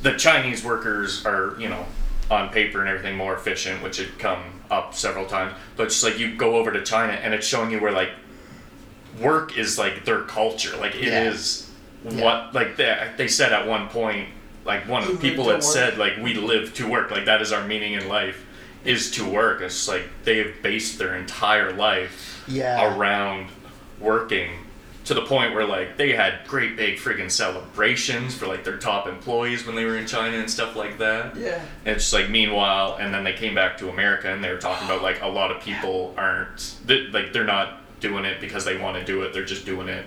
C: the Chinese workers are you know on paper and everything more efficient, which had come up several times. But just like you go over to China and it's showing you where like work is like their culture, like it
B: Yeah.
C: is what like they they said at one point like one of
D: You
C: the
D: live
C: people
D: to
C: had
D: work.
C: said like we live to work like that is our meaning in life is to work it's just, like they have based their entire life
B: Yeah.
C: around working to the point where like they had great big friggin' celebrations for like their top employees when they were in China and stuff like that.
D: Yeah.
C: And it's just like meanwhile, and then they came back to America and they were talking about like a lot of people aren't they, like they're not doing it because they want to do it. They're just doing it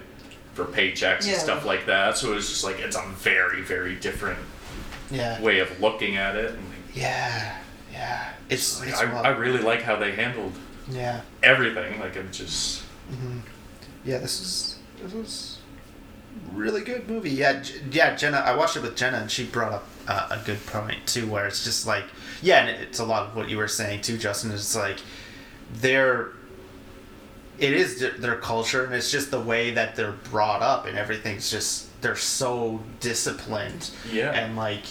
C: for paychecks
D: Yeah.
C: and stuff like that. So it was just like it's a very very different
B: Yeah.
C: way of looking at it. And
B: Yeah. Yeah. It's,
C: like,
B: it's
C: I,
B: wild.
C: I really like how they handled
B: yeah.
C: everything. Like I'm just
B: Yeah. This is this is really good movie. Yeah. J- yeah. Jenna, I watched it with Jenna, and she brought up uh, a good point too, where it's just like, yeah, and it's a lot of what you were saying too, Justin. It's like they're it is th- their culture and it's just the way that they're brought up and everything's just they're so disciplined
C: Yeah.
B: and like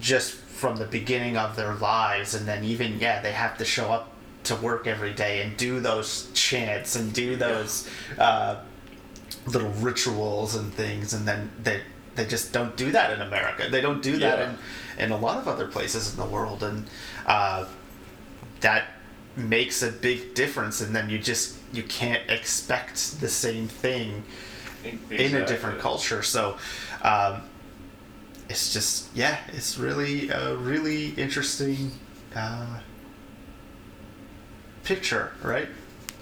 B: just from the beginning of their lives and then even yeah they have to show up to work every day and do those chants and do those uh, little rituals and things and then they they just don't do that in America. They don't do that
C: Yeah.
B: in, in a lot of other places in the world, and uh, that makes a big difference. And then you just you can't expect the same thing in a different
C: Exactly.
B: culture. So um, it's just yeah, it's really a really interesting uh, picture, right?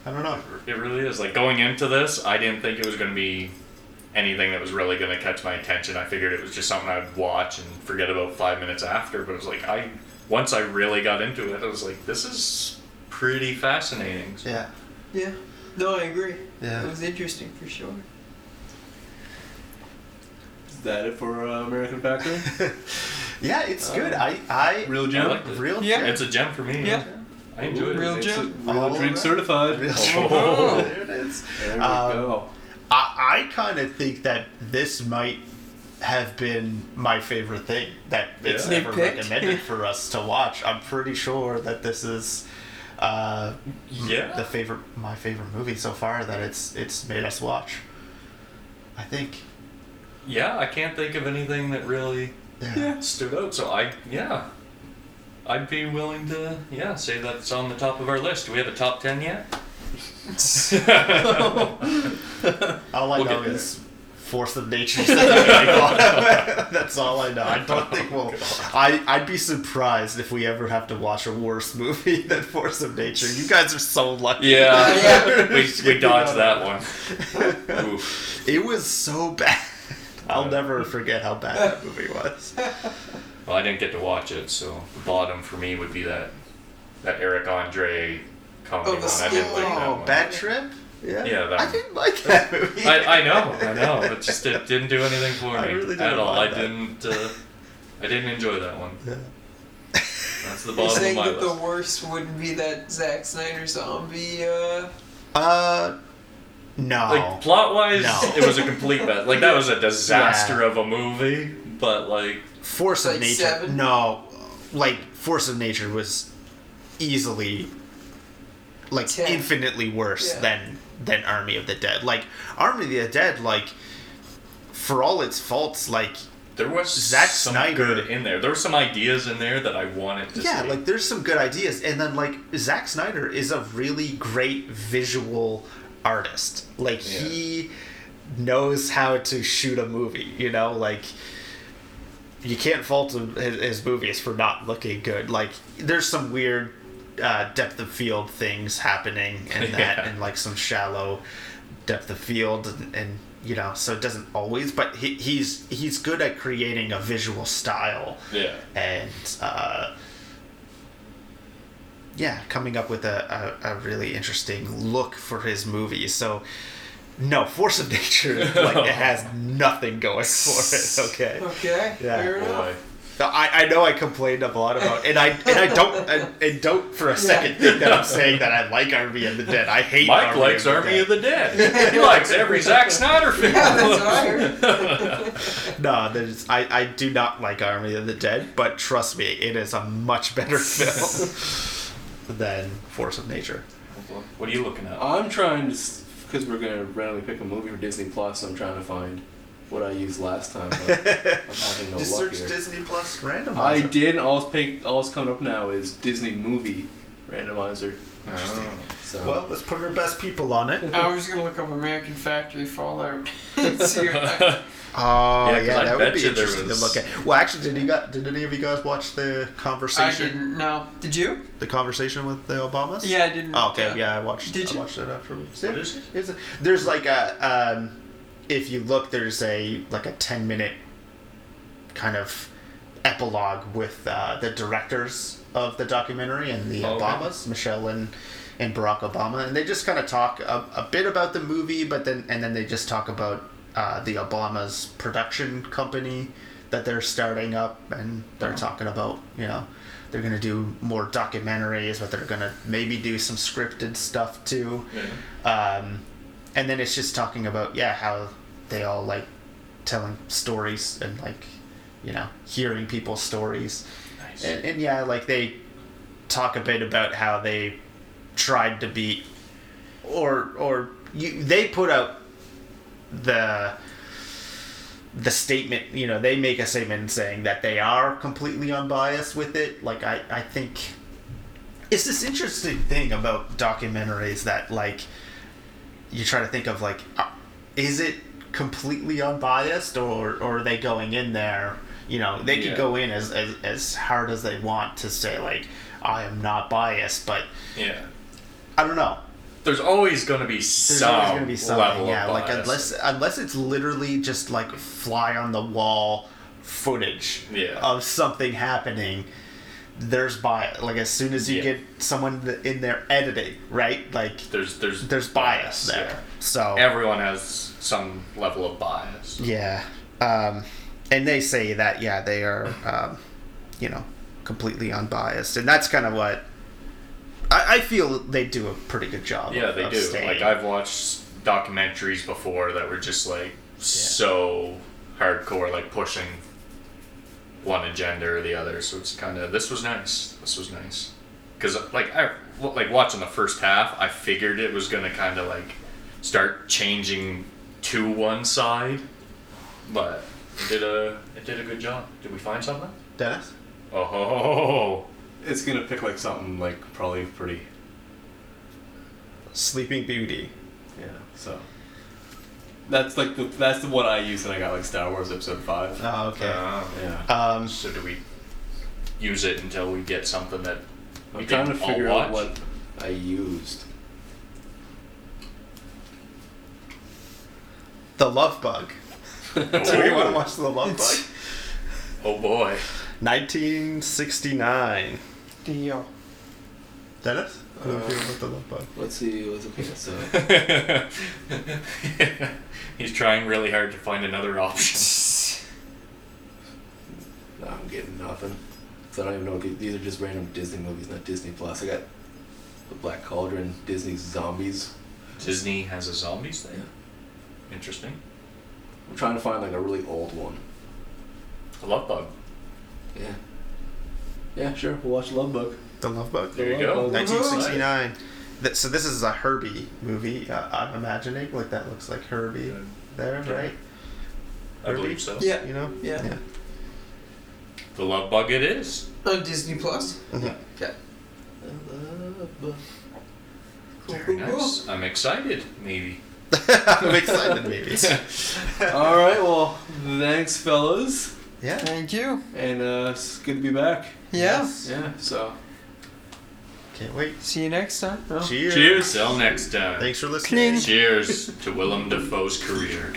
B: I don't know.
C: It really is. Like going into this, I didn't think it was going to be anything that was really going to catch my attention. I figured it was just something I'd watch and forget about five minutes after. But it was like I once I really got into it, I was like, this is pretty fascinating. So,
F: Yeah.
D: Yeah. No, I agree.
F: Yeah.
D: It was interesting for sure. [laughs]
A: Is that it for uh, American Factory?
F: Yeah, it's good.
C: Um,
F: I, I
A: Real
C: I
A: gem?
C: liked it.
F: real
D: Yeah.
C: It's a gem for me.
D: Yeah.
C: I enjoyed it.
D: Real
A: It's a-
D: gem.
A: Real
F: All
A: drink
F: right.
A: certified. [laughs]
D: [laughs]
F: Real
D: Oh.
F: there it is.
A: There we
F: Um,
A: go.
B: I, I kind of think that this might have been my favorite thing that it's
D: Yeah.
B: never
D: Nitpick.
B: recommended for us to watch. I'm pretty sure that this is uh,
C: Yeah.
B: the favorite, my favorite movie so far that it's it's made us watch. I think.
C: yeah, I can't think of anything that really
B: Yeah.
C: stood out. So I, yeah, I'd be willing to, yeah, say that's on the top of our list. Do we have a top ten yet? [laughs]
B: All I know
C: We'll get there.
B: is force of nature.
C: [laughs]
B: [laughs] That's all I know. I
C: Oh,
B: don't think we'll. I I'd be surprised if we ever have to watch a worse movie [laughs] than Force of Nature. You guys are so lucky. [laughs]
D: [laughs]
C: Yeah, we, we dodged that one. Oof.
B: It was so bad. I'll never forget how bad that movie was.
C: Well, I didn't get to watch it, so the bottom for me would be that that Eric Andre comedy
D: Oh,
C: one.
D: the
C: I didn't like that
B: Oh,
C: one.
B: Bad Trip? Yeah.
C: Yeah, that
B: I
C: one.
B: didn't like that movie.
C: I, I know, I know.
B: [laughs]
C: It just it didn't do anything for me
B: I really didn't
C: at all. I
B: like that.
C: didn't. Uh, I didn't enjoy that one.
B: Yeah.
C: That's the
D: You're
C: bottom of
D: saying
C: my
D: that the
C: list.
D: worst wouldn't be that Zack Snyder zombie. Uh,
B: Uh, no.
C: Like plot wise,
B: No.
C: it was a complete mess. Like that was a disaster of a movie. But like,
B: Force
D: Like
B: of Nature.
D: seven?
B: No, like Force of Nature was easily, like
D: Ten.
B: infinitely worse
D: Yeah.
B: than than Army of the Dead. Like Army of the Dead, like for all its faults, like
C: there was
B: Zack
C: some
B: Snyder-
C: good in there. There were some ideas in there that I wanted to
B: yeah,
C: see.
B: like there's some good ideas, and then like Zack Snyder is a really great visual artist. Like
C: Yeah.
B: he knows how to shoot a movie. You know, like you can't fault him, his, his movies for not looking good. Like there's some weird uh, depth of field things happening
C: [laughs]
B: and that,
C: Yeah.
B: and like some shallow depth of field, and, and you know, so it doesn't always. But he, he's he's good at creating a visual style
C: yeah,
B: and uh, yeah, coming up with a, a, a really interesting look for his movie. So, no, Force of Nature,
C: [laughs]
B: like, it has nothing going for it, okay?
D: okay.
B: Yeah,
D: fair
C: [laughs]
D: enough.
C: boy.
B: Now, I, I know I complained a lot about, and I and I don't and, and don't for a second think that I'm saying that I like Army of the Dead. I hate
C: Mike
B: Army
C: likes
B: of the
C: Army
B: Dead.
C: of the
D: [laughs]
C: Dead. he likes every Zack Snyder film.
D: Yeah, that's what I heard.
B: No, there's I, I do not like Army of the Dead, but trust me, it is a much better [laughs] film
C: [laughs]
B: than Force of Nature.
C: What are you looking
D: Uh,
C: at?
A: I'm trying to, because we're going to randomly pick a movie for Disney Plus, I'm trying to find what I used last time. But
B: [laughs]
A: I'm having no
B: Just
A: luck
B: search
A: here.
B: Disney Plus randomizer.
A: I did, and all it's, pick, all it's coming up now is Disney Movie Randomizer.
C: Oh.
A: So.
B: Well, let's put our best people on [laughs] it.
D: I was gonna look up American Factory [laughs] Fallout. See what I-
B: Oh
C: Yeah,
B: yeah,
C: 'cause
B: that
C: I bet
B: would be
C: you there
B: interesting
C: was-
B: to look at. Well, actually, did you got did any of you guys watch the
D: I
B: conversation?
D: didn't know. Did you?
B: The conversation with the Obamas.
D: Yeah, I didn't. uh,
B: Oh, okay. Yeah, I watched.
D: Did
B: I
D: you-
B: watched it afterwards.
C: What is it?
B: It's a- there's like a um, if you look, there's a like a ten minute kind of epilogue with uh, the directors of the documentary and the
C: Oh, okay.
B: Obamas, Michelle and and Barack Obama, and they just kind of talk a, a bit about the movie, but then and then they just talk about uh, the Obamas production company that they're starting up, and they're talking about you know they're gonna do more documentaries, but they're gonna maybe do some scripted stuff too
C: Yeah.
B: um, and then it's just talking about yeah how they all like telling stories and like you know hearing people's stories
C: Nice.
B: and, and yeah like they talk a bit about how they tried to beat or or you, they put out the the statement you know they make a statement saying that they are completely unbiased with it like i i think it's this interesting thing about documentaries that like you try to think of like uh, is it completely unbiased or, or are they going in there you know they
C: Yeah.
B: could go in as, as as hard as they want to say like i am not biased but
C: yeah.
B: i don't know
C: There's always going to be
B: There's
C: some
B: always gonna be something,
C: level
B: yeah.
C: of
B: Like
C: bias.
B: unless unless it's literally just like fly on the wall footage
C: Yeah.
B: of something happening. There's bias. Like as soon as you
C: Yeah.
B: get someone th- in there editing, right? Like
C: there's there's
B: there's bias there. So
C: yeah. Everyone has some level of bias.
B: yeah, um, and they say that yeah they are, um, you know, completely unbiased, and that's kind of what I, I feel they do a pretty good job.
C: Yeah,
B: of-
C: they
B: of
C: do.
B: staying.
C: Like I've watched documentaries before that were just like so hardcore, like pushing one agenda or the other. So it's kind of this was nice. This was nice because like I well, like watching the first half, I figured it was gonna kind of like start changing to one side, but it did a it did a good job. Did we find something?
B: Dennis.
C: Oh, ho, ho, ho, ho.
A: It's gonna pick like something like probably pretty.
B: Sleeping Beauty.
A: Yeah. So. That's like the, that's the one I used, and I got like Star Wars Episode Five.
B: Oh, okay.
C: Uh,
A: Yeah.
B: um,
C: So do we use it until we get something that we
A: I'm trying to
C: didn't all
A: figure out
C: watch? [laughs]
A: what I used.
B: the Love Bug. Do we want to watch the Love Bug?
C: Oh boy. [laughs]
B: 1969.
D: Deal.
B: Dennis. What do you feel about the Love Bug?
A: Let's see. What's okay? So
C: He's trying really hard to find another option. [laughs]
A: no, I'm getting nothing. So I don't even know. These these are just random Disney movies, not Disney Plus. I got the Black Cauldron, Disney Zombies.
C: Disney has a zombies thing. Interesting.
A: I'm trying to find like a really old one.
C: A love bug.
A: Yeah. Yeah, sure. We'll watch Love Book.
B: The Love Bug.
C: There you go.
B: 1969. Th- So this is a Herbie movie. Uh, I'm imagining like that looks like Herbie there,
C: Yeah.
B: right?
C: I believe so.
A: Yeah.
B: You know?
A: Yeah.
C: The love bug it is.
D: On Disney Plus.
B: Mhm.
D: Okay.
A: Love Book. [laughs]
C: Very nice. I'm excited, maybe.
B: [laughs]
C: Mm-hmm.
B: I'm excited,
C: [laughs]
B: maybe.
A: All right. Well, thanks, fellas,
B: Yeah.
D: Thank you.
A: and uh, it's good to be back.
D: Yeah.
A: Yeah. So.
B: Can't wait.
D: See you next time. Oh.
B: Cheers.
C: Till next time.
B: Thanks for listening.
D: Cling.
C: Cheers to Willem Dafoe's career.